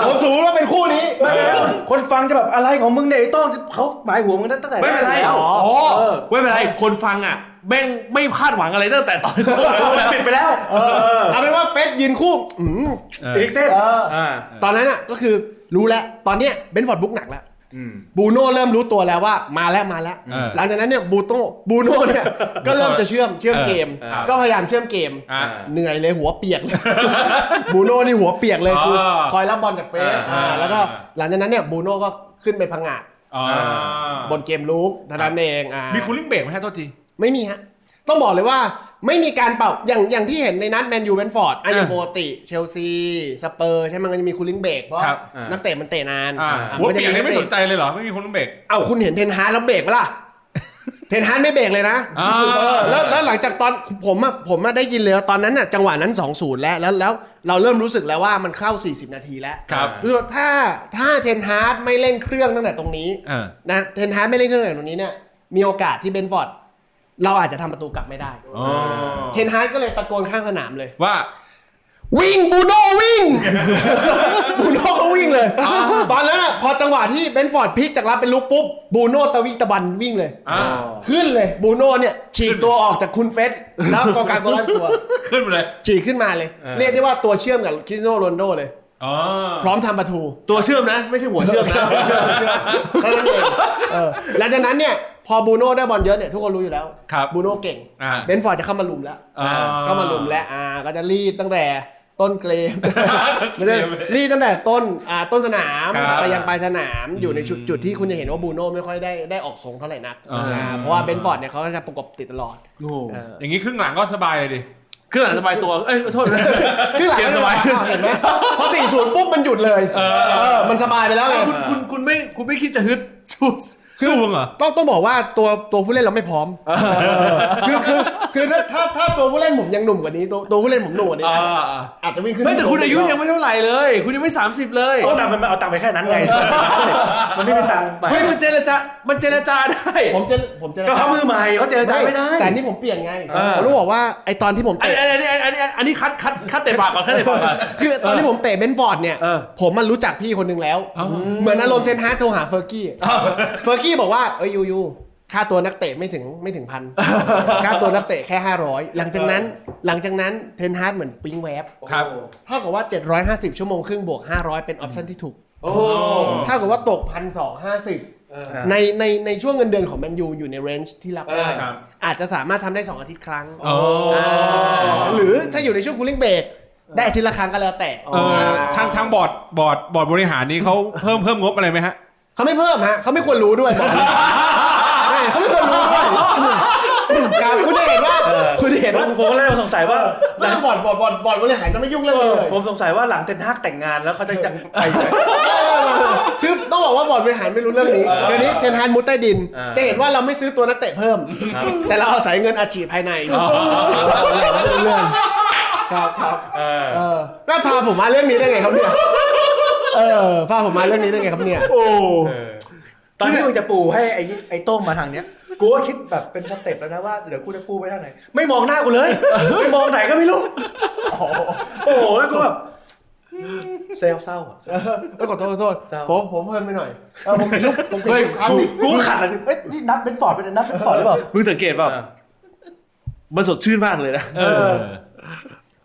ผมสมมติว่าเป็นคู่นี้
ไม่ไม่ไม่คนฟังจะแบบอะไรของมึงเนี่ยไอ้โต้องเขาหมายหัวมึงตั้งแต่
ไม่เป็นไร
แล้ว
อ๋อ
เออ
ไม่เป็นไร คนฟังอ่ะ แม่งไม่คาดหวังอะไรตั้งแต่ต อนต้น
มันปิดไปแล้วเออ
เอาเป็นว่าเฟสยืนคู่อืม
เออ
อีกเส้น
อ่า
ตอนนั้นอ่ะก็คือรู้แล้ว ตอนเนี้ยเบนฟอร์ดบุกหนักแล้ว
อืม
บูโน่เริ่มรู้ตัวแล้วว่ามาแล้วมาแล้ว
เออ
หลังจากนั้นเนี่ยบูโต้บูโน่ เนี่ย ก็เริ่มจะเชื่อมเชื่อมเกม
เออครับ
ก็พยายามเชื่อมเกม
อ่า
เหนื่อยเลยหัวเปียกเลย บูโน่นี่หัวเปียกเลยคืออ
อ
คอยรับบอลจากเฟส
อ่า
อ่าแล้วก็
อ่า
หลังจากนั้นเนี่ยบูโน่ก็ขึ้นไปพังงาด
อ๋อบ
นเกมลุกเท่านั้นเองอ่า
มีคูลิ่งเบรกไหมฮะโทษที
ไม่มีฮะ ต้องบอกเลยว่าไม่มีการเป่าอย่างอย่างที่เห็นในนัดแมนยูเบนฟอร์ดอ่ะอย่าง
อ่า
ปกติเชลซีสเปอร์ใช่ไหมมันก็จะมีคูลิ่งเบรกเพราะ
ครับ
อ่านั
นักเตะมันเตะนาน
อ่า
อ่ะ
หัว
ก็จะ
เปียกเนี่ยไม่ส
กตะ
นใจเลยเหรอ ไม่มีคูลิ่งเบรก
เอ้าคุณเห็นเทนฮาร์ดแล้วเบรกปะล่ะ เทนฮาร์ดไม่เบรกเลยนะ
อ่า
เออแล้วแล้วหลังจากตอนผมอะผมอะได้ยินเลยว่าตอนนั้นอะจังหวะนั้น 2 0 แล้วแล้วแล้วเราเริ่มรู้สึกแล้วว่ามันเข้า 40 นาทีแล้ว
ครับ
รู้สึกว่าถ้าถ้าเทนฮาร์ดไม่เร่งเครื่องตั้งแต่ตรงนี้
เออ
นะเทนฮาร์ดไม่เร่งเครื่องตั้งแต่ตรงนี้เนี่ยมีโอกาสที่เบนฟอร์ดเราอาจจะทำประตูกลับไม่ได้
อ๋อ
เทนฮาร์ดก็เลยตะโกนข้างสนามเลย
ว่า
วิ่งบูโน่ วิ่ง บูโน่ก็วิ่งเลย ตอนนั้นอะพอจังหวะที่เบนฟอร์ดพลิกจากรับเป็นลุกปุ๊บบูโน่ตะวิ่งตะบันวิ่งเลย
อ่า
ขึ้นเลยบูโน่เนี่ย ฉีกตัวออกจากคุณเฟสแล้วกองกลางตัวรับตัว
ขึ้นไปเลย
ฉีกขึ้นมาเลย
เออ
เรียกได้ว่าตัวเชื่อมกับคริสโนโรนลโดเลย
อ๋อ
พร้อมทำประตู
ตัวเชื่อมนะ ไม่ใช่หัวเชื่อมนะ
เท่านั้นเองเออหลังจากนั้นเนี่ย พอบูโน่ได้บอลเยอะเนี่ยทุกคนรู้อยู่แล้ว
ครับ
บูโน่เก่ง
อ่า
เบนฟอร์ดจะเข้ามาลุมแล้ว
อ่
เข้ามาลุมและอ่าก็จะรีดตั้งแต่ต้นเก ม
ต้นเกม
รีดตั้งแต่ต้นอ่าต้นสนาม
ครับ
ไปยังปลายสนามอยู่ในจุด
อืม
จุดที่คุณจะเห็นว่าบูโน่ไม่ค่อยได้ได้ออกทรงเท่าไหร่นัก
อ่า
อ่าเพราะว่าเบนฟอร์ดเนี่ยเขาก็จะประกบติดตลอด
โอ้โห
เออ
อย่างนี้ครึ่งหลังก็สบายเลยดิ
เครื่องหลังสบายตัว เอ้ยขอโทษนะ
ครึ่งหลัง
เกมสบาย
อ้วเห็นไหมพอสี่ศูนย์ปุ๊บมันหยุดเลย
เออ
เออมันสบายไปแล้วไง
คุณคุณคุณไม่คุณไม่คิดจะฮึดสู้
สู้มึงเหรอ
ต้องต้องบอกว่าตัวตัวผู้เล่นเราไม่พร้อมเออคือคือ คือถ้าถ้าถ้าตัวผู้เล่นผมยังหนุ่มกว่านี้ตัวตัวผู้เล่นผมหนุ่มกว่านี้
อ่า
นะ
อ่า
อาจจะวิ่งขึ้น
ไม่แต่คุณอายุยังไม่เท่าไหร่เลย คุณยังไม่ 30 เลย
เอาตังค์มันมาเอาตังค์ไปแค่นั้นไง มันไม่เป็นตังค์ไป
เฮ้ยมันเจรจา มันเจรจาได้
ผมจะผมจะ
ก็เขามือใหม่เขาเจรจาไม่ได้
แต่อันนี่ผมเปลี่ยนไง
เออ
ผมรู้บอกว่าไอตอนที่ผม
อัน
เตะ
อันอันนี้อันนี้อันนี้คัดคัดคัดแต่ปากก่อนคัดแต่ปากก่อน
คือตอนที่ผมเตะเบนฟอร์ดเนี่ย
เออ
ผมมันรู้จักพี่คนหนึงแล้ว เหมือนอารมณ์เทนฮาร์ดโทรหาเฟอร์กี้ เฟอร์กี้บอกว่า เอ้ยยูยูค่าตัวนักเตะไม่ถึงไม่ถึงพั น ค่าตัวนักเตะแค่ 500 หลังจากนั้น หลังจากนั้นเทนฮาร์ดเหมือนปิ๊งแวบ
ครับ
เท่ากับว่า 750 ชั่วโมงครึ่งบวก 500 เป็นออปชั่นที่ถูก
โอ้
เท่ากับว่าตกพันสองห้าสิบในในในช่วงเงินเดือนของแมนยูอยู่ในเรนจ์ที่รับได้
ครับ
อาจจะสามารถทำได้ 2 อาทิตย์ครั้ง
โอ้
หรือถ้าอยู่ในช่วงคูลิ่งเบรกได้อาทิตย์ละครั้งก็แล้วแต่
เออทางทางบอร์ดบอร์ดบอร์ดบริหารนี้ เขาเพิ่มเพิ่มงบอะไรไหมฮะ
เขาไม่เพิ่มฮะเขาไม่ควรรู้ ด้วยบอกเลยใช่เขาไม่ควรรู้ ด้วยการคุณจะเห็นว่าคุณจะเห็นว่า
ผมก็เลยสงสัยว่าห
ส
ลั
ร้าง งบอร์ดบอร์ดบอร์ดบอร์ดบริหารจะไม่ยุ่งเรื่องนี้เลย
ผมสงสัยว่าหลังเทนฮักแต่งงานแล้วเขาจะยังไปไหน
คือต้องบอกว่าบอร์ดบริหารไม่รู้เรื่องนี้เดี๋ยวนี้เทนฮานมุดใต้ดิน
เออ
จะเห็นว่าเราไม่ซื้อตัวนักเตะเพิ่ม
ครับ
แต่เราอาศัยเงินอาชีพภายในเรื่องครับครับ
เออ
เออแล้วพาผมมาเรื่องนี้ได้ไงครับเนี่ยเออพาผมมาเรื่องนี้ได้ไงครับเนี่ย
โอ้
เออตอนที่มึงจะปูให้ไอ้ไอ้โต้งมาทางเนี้ย กูก็คิดแบบเป็นสเต็ปแล้วนะว่าเดี๋ยวกูจะปูไปทางไหน ไม่มองหน้ากูเลย ไม่มองไหนก็ไม่รู้ โอ้โหแล้วกูแบบเซลเศร้าอะ
เออเอ้ยขอโทษขอโทษ
เจ้า
ผมผมเพลินไปหน่อยเออผมเห็นรูปผมเห็นรูปครั้งหนึ่ง
กูขัดเลยเอ้ยนี่นัดเป็นฟอร์ดเป็นนัดเป็นฟอร์ดหรือเปล่า
มึงสังเกตเปล่า
อ่า
มันสดชื่นมากเลยนะ
เออ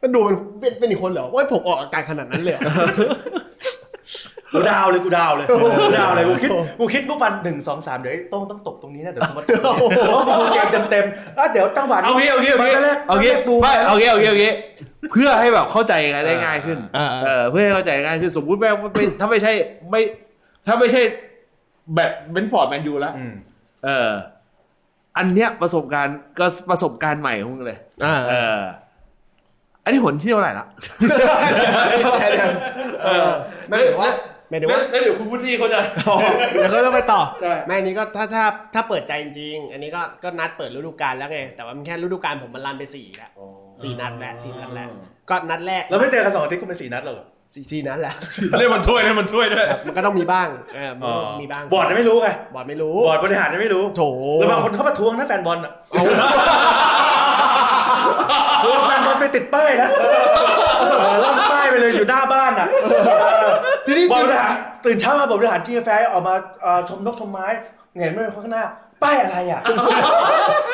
มันดูเป็นเป็นเป็นอีกคนเหรอว่าผมออกอาการขนาดนั้นเลยเหรอ
กูดาวเลยกูดาวเลยกูดาวเลยกูคิดกูคิดทุกวันหนึ่งสองสามเดี๋ยวไอ้โต้งต้องตกตรงนี้นะเดี๋ยวสมมติ
โอ้โห
เพราะกูเกมเต็มเต็มๆอ่ะเดี๋ยวจังหวะนี้
เอางี้เอางี้เอางี้
ตนแรก
เอางี้
ตนแรกปู
ไม่เอางี้เอางี้เอางี้เพื่อให้แบบเข้าใจกันได้ง่ายขึ้น
อ่า
เออเพื่อให้เข้าใจง่ายขึ้นสมมุติแม่งไม่ถ้าไม่ใช่ไม่ ถ้าไม่ใช่แบบเบนฟอร์ดแมนยูแล้ว
อืม
เออ อันเนี้ยประสบการณ์ก็ประสบการณ์ใหม่ของมึงเลย
อ่า
เออ อันนี้หนที่เท่าไหร่ละ
แค่นั้นเออไม่เดี๋ยวว่าไม่เดี๋ยวว่า
แล้วเดี๋ยวคุณพุทธีเขาจะ
อ๋อ เดี๋ยวเขาต้องไปต่อ
ใช่
ไม่อันนี้ก็ถ้าถ้าถ้าเปิดใจจริงๆอันนี้ก็ก็นัดเปิดฤดูกาลแล้วไงแต่ว่ามันแค่ฤดูกาลผมมันรันไปสี่แล้วสี่นัดแล้วสี่นัดแล้วก็นัดแรก
แล้วไม่เจอกันสองอาทิตย์กูเป็นสี่นัดเหรอ
สี่สี่นัดแหละ
เล่นมันถ้วยเล่นมันถ้วยด้วย
มันก็ต้องมีบ้างเออมันก็ต้องมีบ้าง
บอร์ดยังไม่รู้ไง
บอร์ดไม่รู้
บอร์ดบริหารยังไม่รู้
โถ
แล้วบางคนเขาประท้วงนะแฟนบอลอ่ะแฟนบอลไปติดป้ายนะล่อนป้ายไปเลยอยู่หน้าบ้านอ่ะ
ทีนี้
บอร์ดบริหารตื่นเช้ามาบอร์ดบริหารกินกาแฟออกมาเอ่อชมนกชมไม้เห็นไม่เป็นข้างหน้า ป้ายอะไรอ่ะ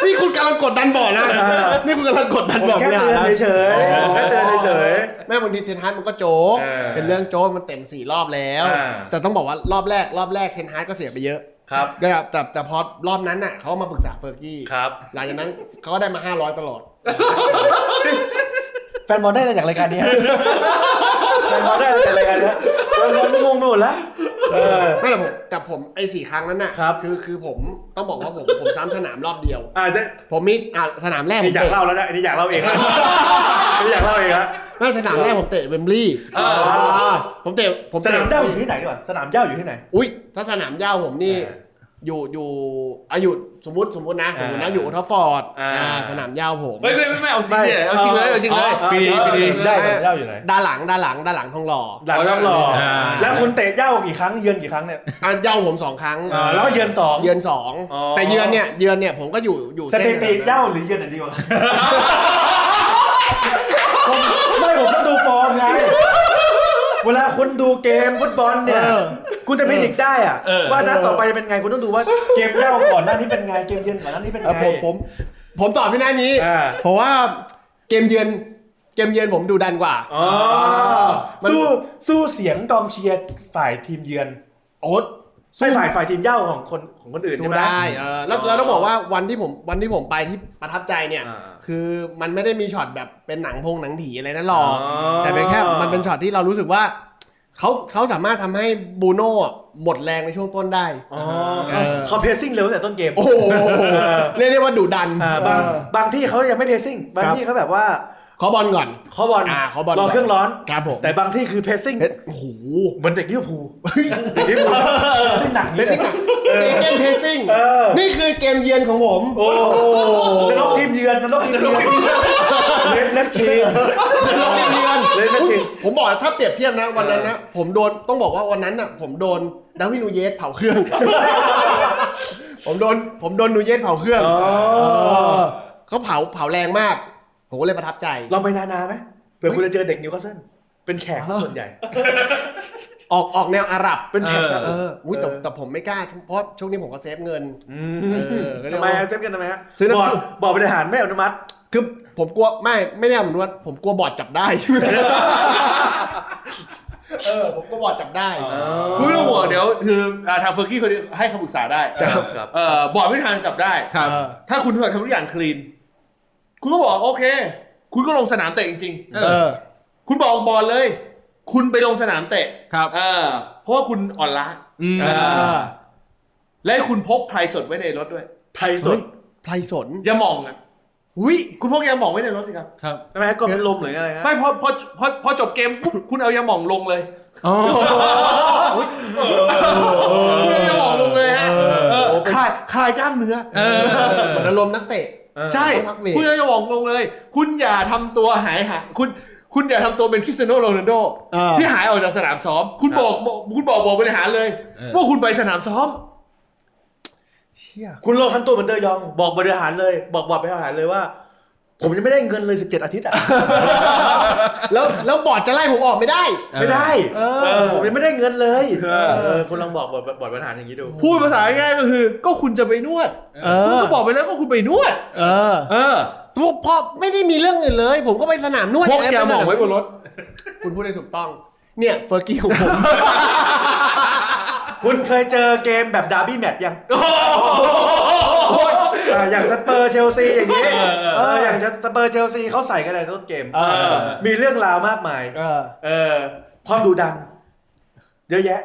นี่คุณกำลังกดดันบอร์ดนะ
เออ
นี่คุณกำลังกดดัน
ผม
บอร์ด
แค่
เนี่ย
เตือน
นะ
เฉยๆแค่เตือนเฉย
แม่บางทีเทนฮาร์ดมันก็โจ๊ก
เออ
เป็นเรื่องโจ๊กมันเต็มสี่รอบแล้ว
อ่า
แต่ต้องบอกว่ารอบแรกรอบแรกเทนฮาร์ดก็เสียไปเยอะ
ๆครับ
แต่แต่แต่พอรอบนั้นน่ะเขามาปรึกษาเฟอร์กี้
ครับ
หลังจากนั้นเขาก็ได้มา 500 ตลอด
แฟนบอลได้อะไรจากรายการนี้ฮะแฟนบอลได้อะไรจากรายการนี้ฮะแฟนบอลงงไปหมดแล้วเออ
ไม่แต่ผมแต่ผมไอ้สี่ครั้งนั้นน่ะ
ครับ
คือคือผมต้องบอกว่าผมผมซ้ำสนามรอบเดียว
อ่าจะ
ผมมีอ่าสนามแรก
อัน
ผม
นี้อยาก
เตะ
เล่าแล้วนะอันนี้อยากเล่าเองแล้วอันนี้อยากเล่าเองฮะ
ไม่สนามแรกผมเตะเวมบลีย์
อ่า
ผมเตะผม
ส
เตะ
นามเจ้าอยู่ที่ไหนดีกว่าสนามเจ้าอยู่ที่ไหน
อุ้ยถ้าสนามหญ้าผมนี่
อ่า
อยู่อยู่อายุสมมติสมมตินะ สมมตินะ
อ่า
อยู่โอทัฟฟอร์ด
อ่า
อ่าสนามหญ้าผม
ไม่ไม่ไม่เอาจริงเนี่ยเอาจริงเลยเอาจริงเลย
อ๋อ
ปีนี้ปีนี้
ได้สนามเจ้าอยู่ไหน
ด้านหลังด้านหลังด้านหลังทองหล่อ
หลังต้องรอ
อ่า
แล้วคุณเตะเจ้ากี่ครั้งเยือนกี่ครั้งเนี่ย
อ่าหญ้าผมสองครั้ง
อ่าแล้วก็เยือนสอง
เยือนสอง
อ๋อ
แต่เยือนเนี่ยเยือนเนี่ยผมก็อยู่อยู่
ส
เส้น
ถิติ
นั้นนะ
เจ้าหรือเยือนอันดีกว่าผมไม่ผมต้องดูฟอร์มไงเวลาคุณดูเกมฟุตบอลเนี่ย คุณจะพิจิกได้อะ
เออ
ว่านัดต่อไปจะเป็นไงคุณต้องดูว่าเกมเจ้าก่อนหน้านี้เป็นไงเกมเยือนก่อนหน้านี้เป็น
เออ
ไง
ผมผม ผมตอบพี่หน้านี้
อ่า
เพราะว่าเกมเยือนเกมเยือนผมดูดันกว่า
อ๋อ
มัน
สู้สู้เสียงกองเชียร์ฝ่ายทีมเยือน
โอ๊ต สู้
ไม่ฝ่ายฝ่ายทีมเหย้าของคนของคนอื่น
สู้
ใช่ไหม
ได้เออแล้ว
อ๋อ
แล้วต้องบอกว่าวันที่ผมวันที่ผมไปที่ประทับใจเนี่ย
อ่า
คือมันไม่ได้มีช็อตแบบเป็นหนังพงหนังผีอะไรนั่นหรอก
อ๋อ
แต่เป็นแค่มันเป็นช็อตที่เรารู้สึกว่าเขาเขาสามารถทำให้บูโน่หมดแรงในช่วงต้นได้
อ๋อ
เออ
เขาเพรสซิ่งเร็วตั้งแต่ต้นเกม
โอ้โห
เออ
เรียกได้ว่าดุดัน
อ่าบาง
เออ
บางที่เขายังไม่เพรสซิ่งบาง
ครับ
ที่เขาแบบว่า
ขอบอลก่อน
ขอบอล
อ่าขอบอล
รอเครื่องร้อน
ครับผม
แต่บางที่คือเพสซิ่ง
เฮ้ยโอ้โห
เหมือนเด็กลิเวอร์พูลเด็กลิเวอร์พูลซึ่งหนัง
เพ
นี่
สซิ่งเจเกมเพสซิ่ง
เออ
นี่คือเกมเยือนของผม
โอ้นรกทีมเยือนนรกทีมเยือนเลนนักชี
นรกทีมเยือน
เลนนักชี
ผมบอกถ้าเปรียบเทียบนะวันนั้นนะ ผมโดนต้องบอกว่าวันนั้นน่ะ ผมโดนดาวินูเยสเผาเครื่อง ผมโดนผมโดนนูเยสเผาเครื่อง
อ๋อ
เออเขาเผาเผาแรงมาก ผมก็เลยประทับใจ
ลองไปนานาไหมเผื่อคุณจะเจอเด็กนิวคาสเซิลเป็นแขกส่วนใหญ่
ออกออกแนวอาหรับ
เป็นแขก
เออ
ส
เอ
นับ
ออุ้ยแต่แต่ผมไม่กล้า เพราะช่วงนี้ผมก็เซฟเงินเออก็เลย
ทำไม
ว่า
อะเซฟกันทำไมฮะ
ซื้อน้ำ
บอร์ด
จุ่ม
บอร์ดบริหารไม่อนุมัติ
คือผมกลัวไม่ไม่ได้ผมนว่าผมกลัวบอดจับได้ เออผมกลัวบอดจับได้
คุณไม่ต้องห่วงเดี๋ยวคืออ่าทางเฟอร์กี้คนนี้ให้คำปรึกษาได้
ครับ
เอ่อบอร์ดไม่ทางจับได้
ครับ
เออ
ถ้าคุณทำทุกอย่างคลีน คุณก็บอกโอเค คุณก็ลงสนามเตะจริง ๆ
เออ
คุณบอกบอลเลย คุณไปลงสนามเตะ
ครับ
เออเพราะว่าคุณอ่อนล้า
อืม
เออ
และให้คุณพกไพรสดไว้ในรถด้วย
ไพรส
เฮ้
ด
ยไพรสน
อย่ามองอ่ะ
อุ้ย
คุณพกยาหมองไว้ในรถสิครับ
ครับ
ทำไมฮะกดเป็นลมหรืออะไรฮะ
ไม่พอพอพอพอจบเกมปุ๊บคุณเอายาหมองลงเลย
อ๋อ
คุณเอายาหมองลงเลยฮะ
เออ
เออคลายคลายกล้ามเนื้อ
เออ
เหมือนอารมณ์นักเตะ
ใช่
ต้องพักเบรก
คุณเอายาหมองลงเลย คุณอย่าทำตัวหายหาคุณ คุณอย่าทำตัวเป็นคริสเตียโนโรนัลโด
เออ
ที่หายออกจากสนามซ้อม คุณบอกบอกคุณบอกบอกบริหารเลย
เออ
ว่าคุณไปสนามซ้อม
เชี่ย
คุณลองทำตัวเหมือนเดยอง บอกบริหารเลย บอกบอร์ดบริหารเลยว่า ผมยังไม่ได้เงินเลย 17 อาทิตย์อ่ะ
แล้วแล้วบอดจะไล่ผมออกไม่ได้
ไม่ได้
เออ
เออผมยังไม่ได้เงินเลย
เออ
เออคุณลองบอกบอร์ดบอร์ดบริหารอย่างนี้ดู
พูดภาษาง่ายๆก็คือ ก็คุณจะไปนวด
เอ
คุณ
อ
ก็บอกไปแล้วก็คุณไปนวด
เออ
เออ
พวกพ่อไม่ได้มีเรื่องอื่นเลย ผมก็ไปสนามนวด
พกยาหมองไว้บนรถ
คุณพูดได้ถูกต้อง เนี่ยเฟอร์กี้ของผม
คุณเคยเจอเกมแบบดาร์บี้แมตช์ยังเอออย่างสเปอร์เชลซีอย่างนี้เอออย่างสเปอร์เชลซีเขาใส่กันในต้นเกม
เออ
มีเรื่องราวมากมาย
เออ
เออความดุดัน เยอะแยะ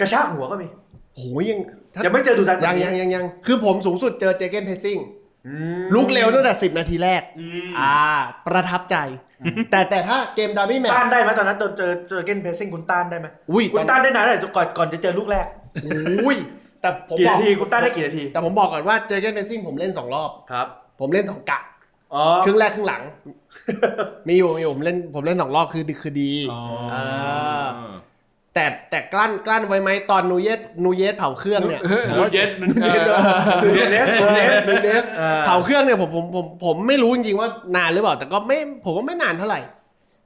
กระชากหัวก็มี
โหยังถ้า
ยังไม่เจอดุดันก
ยั
ว่าง นี้
ยังยังยังคือผมสูงสุดเจอเจเกนเพสซิ่ง
อืม
ลุกเร็วตั้งแต่ 10 นาทีแรก อ่า ประทับใจ แต่แต่ถ้าเกมดาร์บี้แมต
ต้าน
ช์
ได้ไหมตอนนั้นตอนเจอเจอเกนเพสซิ่งคุณต้านได้ไหม
อุ้ย
คุ
ต
ณ
อน
ต้านได้นานเท่าไหร่ก่อนก่อนจะเจอลูกแรก
อุ้ยแต่ผม
กี่
บอก
นาทีคุณต้านได้กี่นาที
แต่ผมบอกก่อนว่าเจเกนเพสซิ่งผมเล่นสองรอบ
ครับ
ผมเล่นสองกะ
อ๋อ
ครึ่งแรกครึ่งหลัง มีอยู่มีอยู่ผมเล่นผมเล่นสองรอบคือดีคือดี
อ๋อ
เอ
อ
แต่แต่กลั้นกลั้นไว้ไหมตอนนูเยสนูเยสเผาเครื่องเนี่ยผม
ดู
ว่า
เย็นมันเออ
เนสเนส
นูเยส
เออ
เผาเครื่องเนี่ยผมผมผมผมไม่รู้จริงๆว่านานหรือเปล่า แต่ก็ไม่ผมว่าไม่นานเท่าไหร่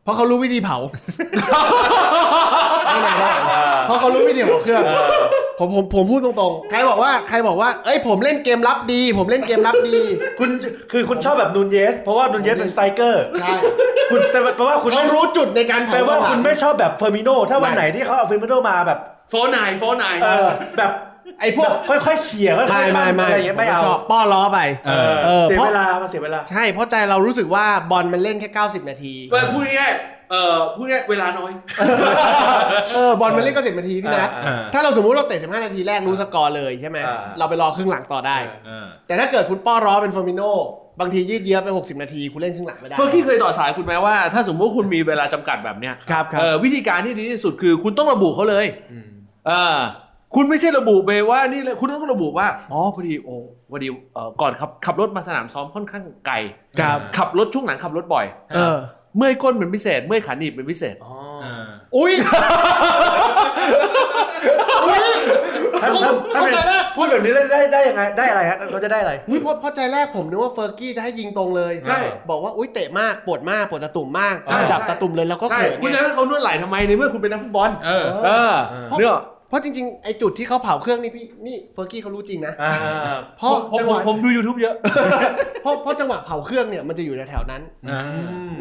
เพราะเขารู้วิธีเผา ไม่นานเท่าไหร่เพราะเขารู้วิธีเผาเครื่อง ผมผมผมพูดตรงๆ ใครบอกว่าใครบอกว่า เอ้ยผมเล่นเกมรับดี ผมเล่นเกมรับดี
คุณคือคุณชอบแบบนูนเยส เพราะว่านูนเยสเป็นสไตรเกอร์
ใช่
คุณแต่แปลว่าคุณ
เขา
ไม่
รู้จุดในการเผา
แปลว่าคุณไม่ชอบแบบเฟอร์มิโนถ้าวัน
ไม่
ไหนที่เขาเอาเฟอร์มิโนมาแบบ
โฟนไหนโฟนไหน
เออแบบ
ไอ้พวก
ค่อยๆเขี่ยค่อยๆ
ไม่ไม่ไม่
อะไรอย่างเงี้ยไม่เอา
ชอบป้อล้อไป
เออ
เออ
เสียเวลามันเสียเวลา
ใช่เพราะใจเรารู้สึกว่าบอลมันเล่นแค่ 90 นาที
เออพูดง่ายๆเออพูดง่ายๆเวลาน้อย
เออบอลมันเล่นก็90นาทีพี่นัท
อ่า
ถ้าเราสมมุติเราเตะ15 นาทีแรกรู้สกอร์เลยใช่ไหม
อ่า
เราไปรอครึ่งหลังต่อได้
เออ
แต่ถ้าเกิดคุณป้อล้อเป็นฟอร์มิโนบางทียืดเยื้อไป 60 นาทีคุณเล่นครึ่งหลังไม่ได้
เฟอร์กี้เคยต่อสายคุณไหมว่า ถ้าสมมติว่าคุณมีเวลาจำกัดแบบเนี้ย
ครับครับ
เออวิธีการที่ดีที่สุดคือคุณต้องระบุเขาเลยเออคุณไม่ใช่ระบุไปว่านี่เลยคุณต้องระบุว่าอ๋อพอดีโอ้พอดีเอ่อก่อนขับขับรถมาสนามซ้อมค่อนข้างไกล
ครับ
ขับรถช่วงหลังขับรถบ่อย
เออ
เมื่อยก้นเป็นพิเศษ เมื่อยขาหนีบเป็นพิเศษ
อ๋อ
อุ้ยอุ้ย
ถ้าถ้าถ้า
เข้า
เป็น
ใจแรก
พูดแบบนี้ได้ได้ได้ยังไงได้อะไรฮะเขาจะได้อะไร
อุ้ยเพราะเพราะใจแรกผมนึกว่าเฟอร์กี้จะให้ยิงตรงเลย
ใช่
บอกว่าอุ้ยเตะมากปวดมากปวดตะตุ่มมาก
ใช่
จับตะตุ่มเลยแล้วก็
ใช่
เขิน
คุณจะให้เขานวดไหล่ทำไมในเมื่อคุณเป็นนักฟุตบอล
เออ
เออ
เออ
เนื้อะ
เพราะจริงๆไอ้จุดที่เขาเผาเครื่องนี่พี่นี่เฟอร์กี้เขารู้จริงนะ
อ่า
เพราะ
ผม
จัง
ผ
ห
ม
วะ
ผมดู YouTube เยอะ
เพราะเพราะจังหวะเผาเครื่องเนี่ยมันจะอยู่แถวๆนั้น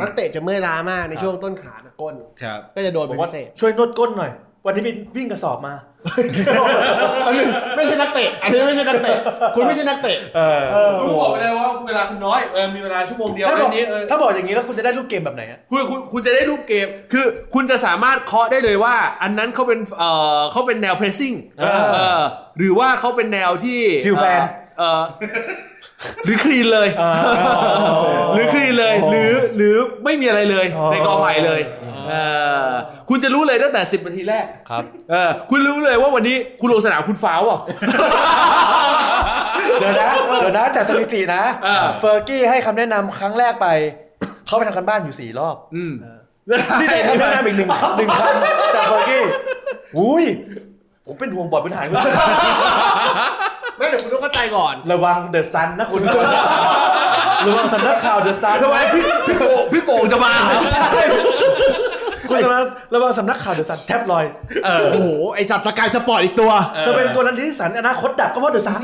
นักเตะจะเมื่อยล้ามากในช่วงต้นขากับก้น
ครับ
ก็จะโดน
บ
เป็
อน กว่า
พิเศษ
ช่วยนวดก้นหน่อย วันนี้บินวิ่งกระสอบมา
อันนี้ไม่ใช่นักเตะ อันนี้ไม่ใช่นักเตะ คุณไม่ใช่นักเตะ
เออ
เออ
คุณบอกไปเลยว่าเวลาคุณน้อยเออมีเวลาชั่วโมงเดียว
ถ้าบ
แค่
อก
นี้เออ
ถ้าบอกอย่างนี้แล้วคุณจะได้รูปเกมแบบไหนอะ
คุณคุณคุณจะได้รูปเกม คือคุณจะสามารถเคาะได้เลยว่า อันนั้นเขาเป็นเออเขาเป็นแนว pressing
เออ
เออหรือว่าเขาเป็นแนวที่
ฟิลแฟน
เออ หรือคลีนเลย หรือคลีนเลย หรือหรือไม่มีอะไรเลย
อ๋อ
ในกอไผ่เลยเออคุณจะรู้เลยตั้งแต่ 10นาทีแรก
ครับ
เออคุณรู้เลยว่าวันนี้คุณลงสนามคุณฟ้าวอ่ะ
เดี๋ยวนะเดี๋ยวนะแต่สถิตินะ
อ่า
เฟอร์กี้ให้คำแนะนำครั้งแรกไป เขาไปทำกันบ้านอยู่สี่รอบ
อืม
นี่ได้คำแนะนำอีกหนึ่งหนึ่งคำจากเฟอร์กี้อุ้ยผมเป็นห่วงบอร์ดพื้นฐานคุณ
ไม่เดี๋ยวคุณต้องเข้าใจก่อน
ระวังเดอะซันนะคุณระวังสำนักข่าวเดอะซัน
ทำไมพี่พี่โป่งพี่โป่งจะมาเหรอ
คุณระวังระวังสำนักข่าวเดอะซันแทบลอย
โอ้โห ไอสัตว์สกายสปอร์ตอีกตัว
จะเป็นตัวนั้นที่สันอนาคตดับก็เพราะเดือดซัน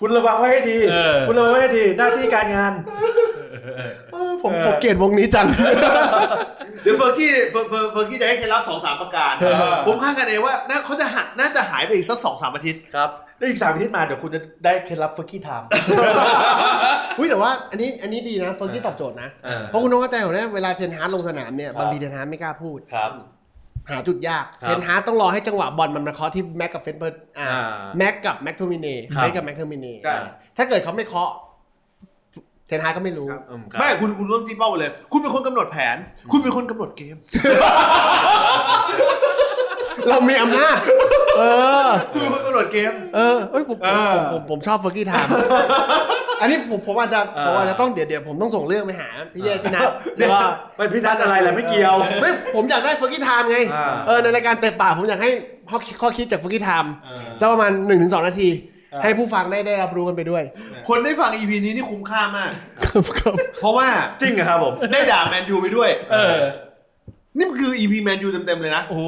คุณระวังไว้ให้ดี
เออ
คุณระวังไว้ให้ดี หน้าที่การงาน
เออผมผมเกลียดวงนี้จัง
เดี๋ยวเฟอร์กี้เฟอร์เฟอร์เฟอร์กี้จะให้เคล็ดลับสองสามประการ ผมคาดกันเองว่าน่าเขาจะหักน่าจะหายไปอีกสักสองสามอาทิตย์
ครับได้อีกสามอาทิตย์มาเดี๋ยวคุณจะได้เคล็ดลับเฟอร์กี้ไทม์
อุ้ยแต่ว่าอันนี้อันนี้ดีนะเฟอร์กี้ตอบโจทย์นะ
เออ
เพราะคุณต้องเข้าใจก่อนนะเวลาเทนฮาร์ดลงสนามเนี่ย
ครับ
บางทีเทนฮาร์ดไม่กล้าพูด
ครับ
หาจุดยาก
ครับ
เทนฮาร์ดต้องรอให้จังหวะบอลมันมาเคาะที่แม็กกับเฟนเบิร์ดอ่า
อ่า
แม็กกับแม็กโทมิเน่
ครับ
เฟนกับแม็กโทมิเน่
ใช่
ถ้าเกิดเขาไม่เคาะ เทนฮาร์ดก็ไม่รู้
ไม่คุณคุณร่วมจี้เป้าไปเลย คุณเป็นคนกำหนดแผน คุณเป็นคนกำหนดเกม
เรามีอำ นาจ เออ
คุณเป็นคนกำหนดเกม
เออเอ้ยผมผมผมผมผมชอบเฟอร์กี้ไทม์อันนี้ผมผมอาจจะผมอาจจะต้องเดี๋ยวเดี๋ยวผมต้องส่งเรื่องไปหาพี่เยศพี่นัทว่า
ไม่พี่นัทอะไรแหละไม่เกี่ยว
ไม่ผมอยากได้เฟอร์กี้ไทม์ไง
อ่า
เออในรายการเตะปากผมอยากให้ข้อคิดข้อคิดจากเฟอร์กี้ไทม์สักประมาณ1นถึงสนาที ให้ผู้ฟังได้ได้รับรู้กันไปด้วย
คนได้ฟัง EP นี้นี่คุ้มค่ามาก เพราะว่า
จริงเหรอครับผม
ได้ด่าแมนยูไปด้วย
เออ
นี่มันคือ EP แมนยูเต็มๆเลยนะ
โอ้โห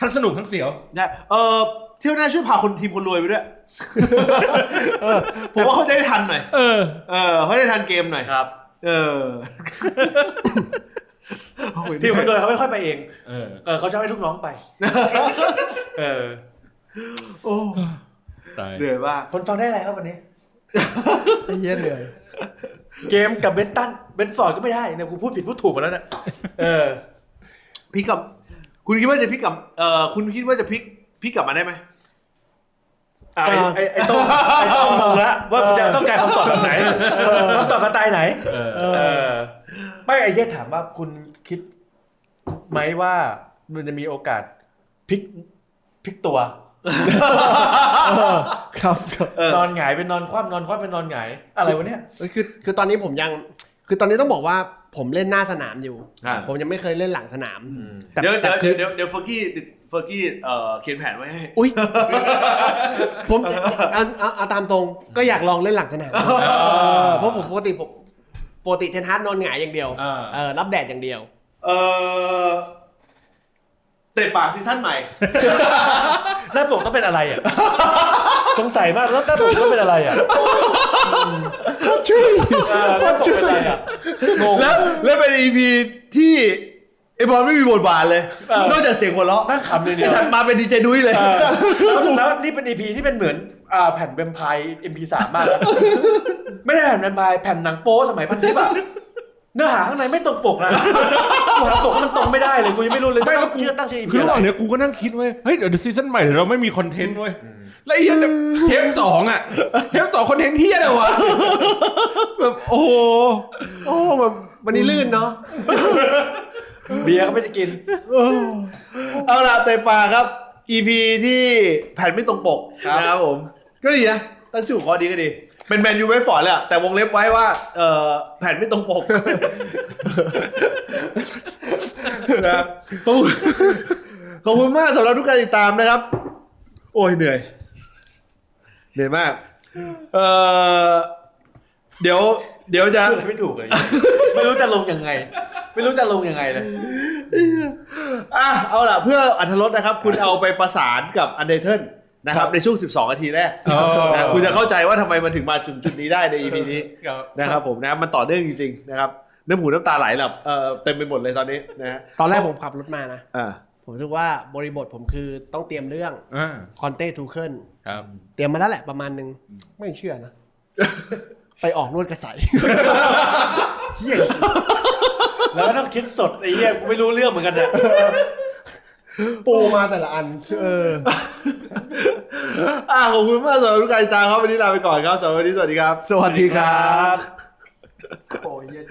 ทั้งสนุกทั้งเสียว
นะเออเที่ยวหน้าช่วยพาคนทีมคนรวยไปด้วย เออผมว่าเขาจะได้ทันหน่อย
เออ
เออเขาได้ทันเกมหน่อย
ครับ
เออโอ้ย
ที่คนโดยเขาไม่ค่อยไปเอง
เออ
เออเขาจะให้ลูกน้องไป เออ
โอ้
ตาย
เหนื่อยมาก
คนฟังได้อะไรครับวันนี้
ไอ้เหี้ยเหนื่อย
เกมกับเบนตัน เบนฟอร์ดก็ไม่ได้เนี่ยกูพูดผิดพูดถูกหมาแล้วเนี่ยเออ
พลิกกลับ คุณคิดว่าจะพลิกกลับเออคุณคิดว่าจะพลิกพลิกกลับมาได้ไหม
อ่ะไอ้
เออ
ไอ้ไอ้โต้งไอ้โต้งงงละว่าคุณจะต้องการคำตอบแบบไหนคำตอบสไตล์ไหน
เออ
เออ ไม่ไอ้เย้ถามว่าคุณคิดไหมว่ามันจะมีโอกาสพลิกพลิกตัว
าครับครับ
เออ
นอนหงายเป็นนอนคว่ำนอนคว่ำเป็นนอนหงายอะไรวะเนี่ย
เอ้ยคือคือตอนนี้ผมยัง คือตอนนี้ต้องบอกว่าผมเล่นหน้าสนามอยู่
อ่า
ผมยังไม่เคยเล่นหลังสนาม
เดี๋ยวเดี๋ยว
คื
เดี๋ย
อ
วเดี๋ยวเดี๋ยวเฟอร์กี้ติดเฟอร์กี้เอ่อเขียนแผนไว้ให้
อุ้ยผมเอาเอาเอาตามตรงก็อยากลองเล่นหลังสนามเออเพราะผมปกติผมปกติเทนฮาร์ดนอนหงายอย่างเดียว
อ่า
เออรับแดดอย่างเดียว
เออเตะปากซีซั่นใหม่
หน้าปกต้องเป็นอะไรอ่ะ สงสัยมากแล้วหน้าปกต้องเป็นอะไรอ่ะ
ช่วย
เออหน้าปกเป็นอะไรอ่ะงง
แล้วแล้วเป็นอีพีที่ไอบอลไม่มีบทบาทเลย
เออ
นอกจากเสียงหัวเราะ
นั่งขำเลย
ไอ
เนี่ย
สัตว์มาเป็นดีเจนุ้ยเลย
เออแล้วแล้วนี่เป็น EP ที่เป็นเหมือนอ่าแผ่นแวมไพร์ MP3 มากนะไม่ได้แผ่นแวมไพร์แผ่นหนังโป๊สมัยพันทิปอะเนื้อหาข้างในไม่ตรงปกนะกูหาปกให้มันตรงไม่ได้เลยกูยังไม่รู้เลย
ไม่แล้วกู
เชื่อตั้งชื่อ EP
คือระหว่าง
อะไร
เนี้ยกูก็นั่งคิดเว้ย เฮ้ย เดี๋ยวซีซั่นใหม่เดี๋ยวเราไม่มีคอนเทนต์เว้ย แล้วไอ้เหี้ยเนี่ยเทปสองอ่ะ เทปสองคอนเทนต์เฮียอะไรวะ แบบโอ้โห
โอ้แบบวันนี้ลื่นเนาะ
เบียร์ก็ไม่ได้กิน
เอาล่ะเตะปากครับ EP ที่แผ่นไม่ตรงปก
ครับ
นะครับผม ก็ดีนะตั้งชื่อของข้อดีก็ดี เป็นแมนยูไว้ฟอร์ดเลยอะแต่วงเล็บไว้ว่าเออแผ่นไม่ตรงปกนะครับขอบคุณขอบคุณมากสำหรับทุกการติดตามนะครับ โอ้ยเหนื่อย เหนื่อยมาก เออเดี๋ยว เดี๋ยวจะ
พูดอะไรไม่ถูกเลย ไม่รู้จะลงยังไง ไม่รู้จะลงยังไงเลย
อ่ะเอาล่ะเพื่ออัธรสนะครับ คุณเอาไปประสานกับอันเดอร์เทนนะครับ ในช่วง 12 นาทีแรก
อ๋อ
นะคุณจะเข้าใจว่าทำไมมันถึงมาจุดจุดนี้ได้ใน EP นี้
ครับ
นะครับผมนะมันต่อเนื่องจริง ๆ นะครับน้ำหูน้ำตาไหลแบบเอ่อเต็มไปหมดเลยตอนนี้นะฮะ
ตอนแรกผมขับรถมานะ
อ่า
ผมรู้สึกว่าบริบทผมคือต้องเตรียมเรื่อง
อ่า
คอนเต้ทูเคิล
ครับ
เตรียมมาแล้วแหละประมาณนึง ไม่เชื่อนะ ไปออกนวดกระใส
แล้วก็ต้องคิดสดไอ้เหี้ยกูไม่รู้เรื่องเหมือนกันอะ
ปูมาแต่ละอัน เออ
อ่ะขอบคุณมากสำหรับทุกการติดตามครับวันนี้ลาไปก่อนครับสำหรับวันนี้สวัสดีครับ
สวัสดีครับ โอ้ยเหี้ย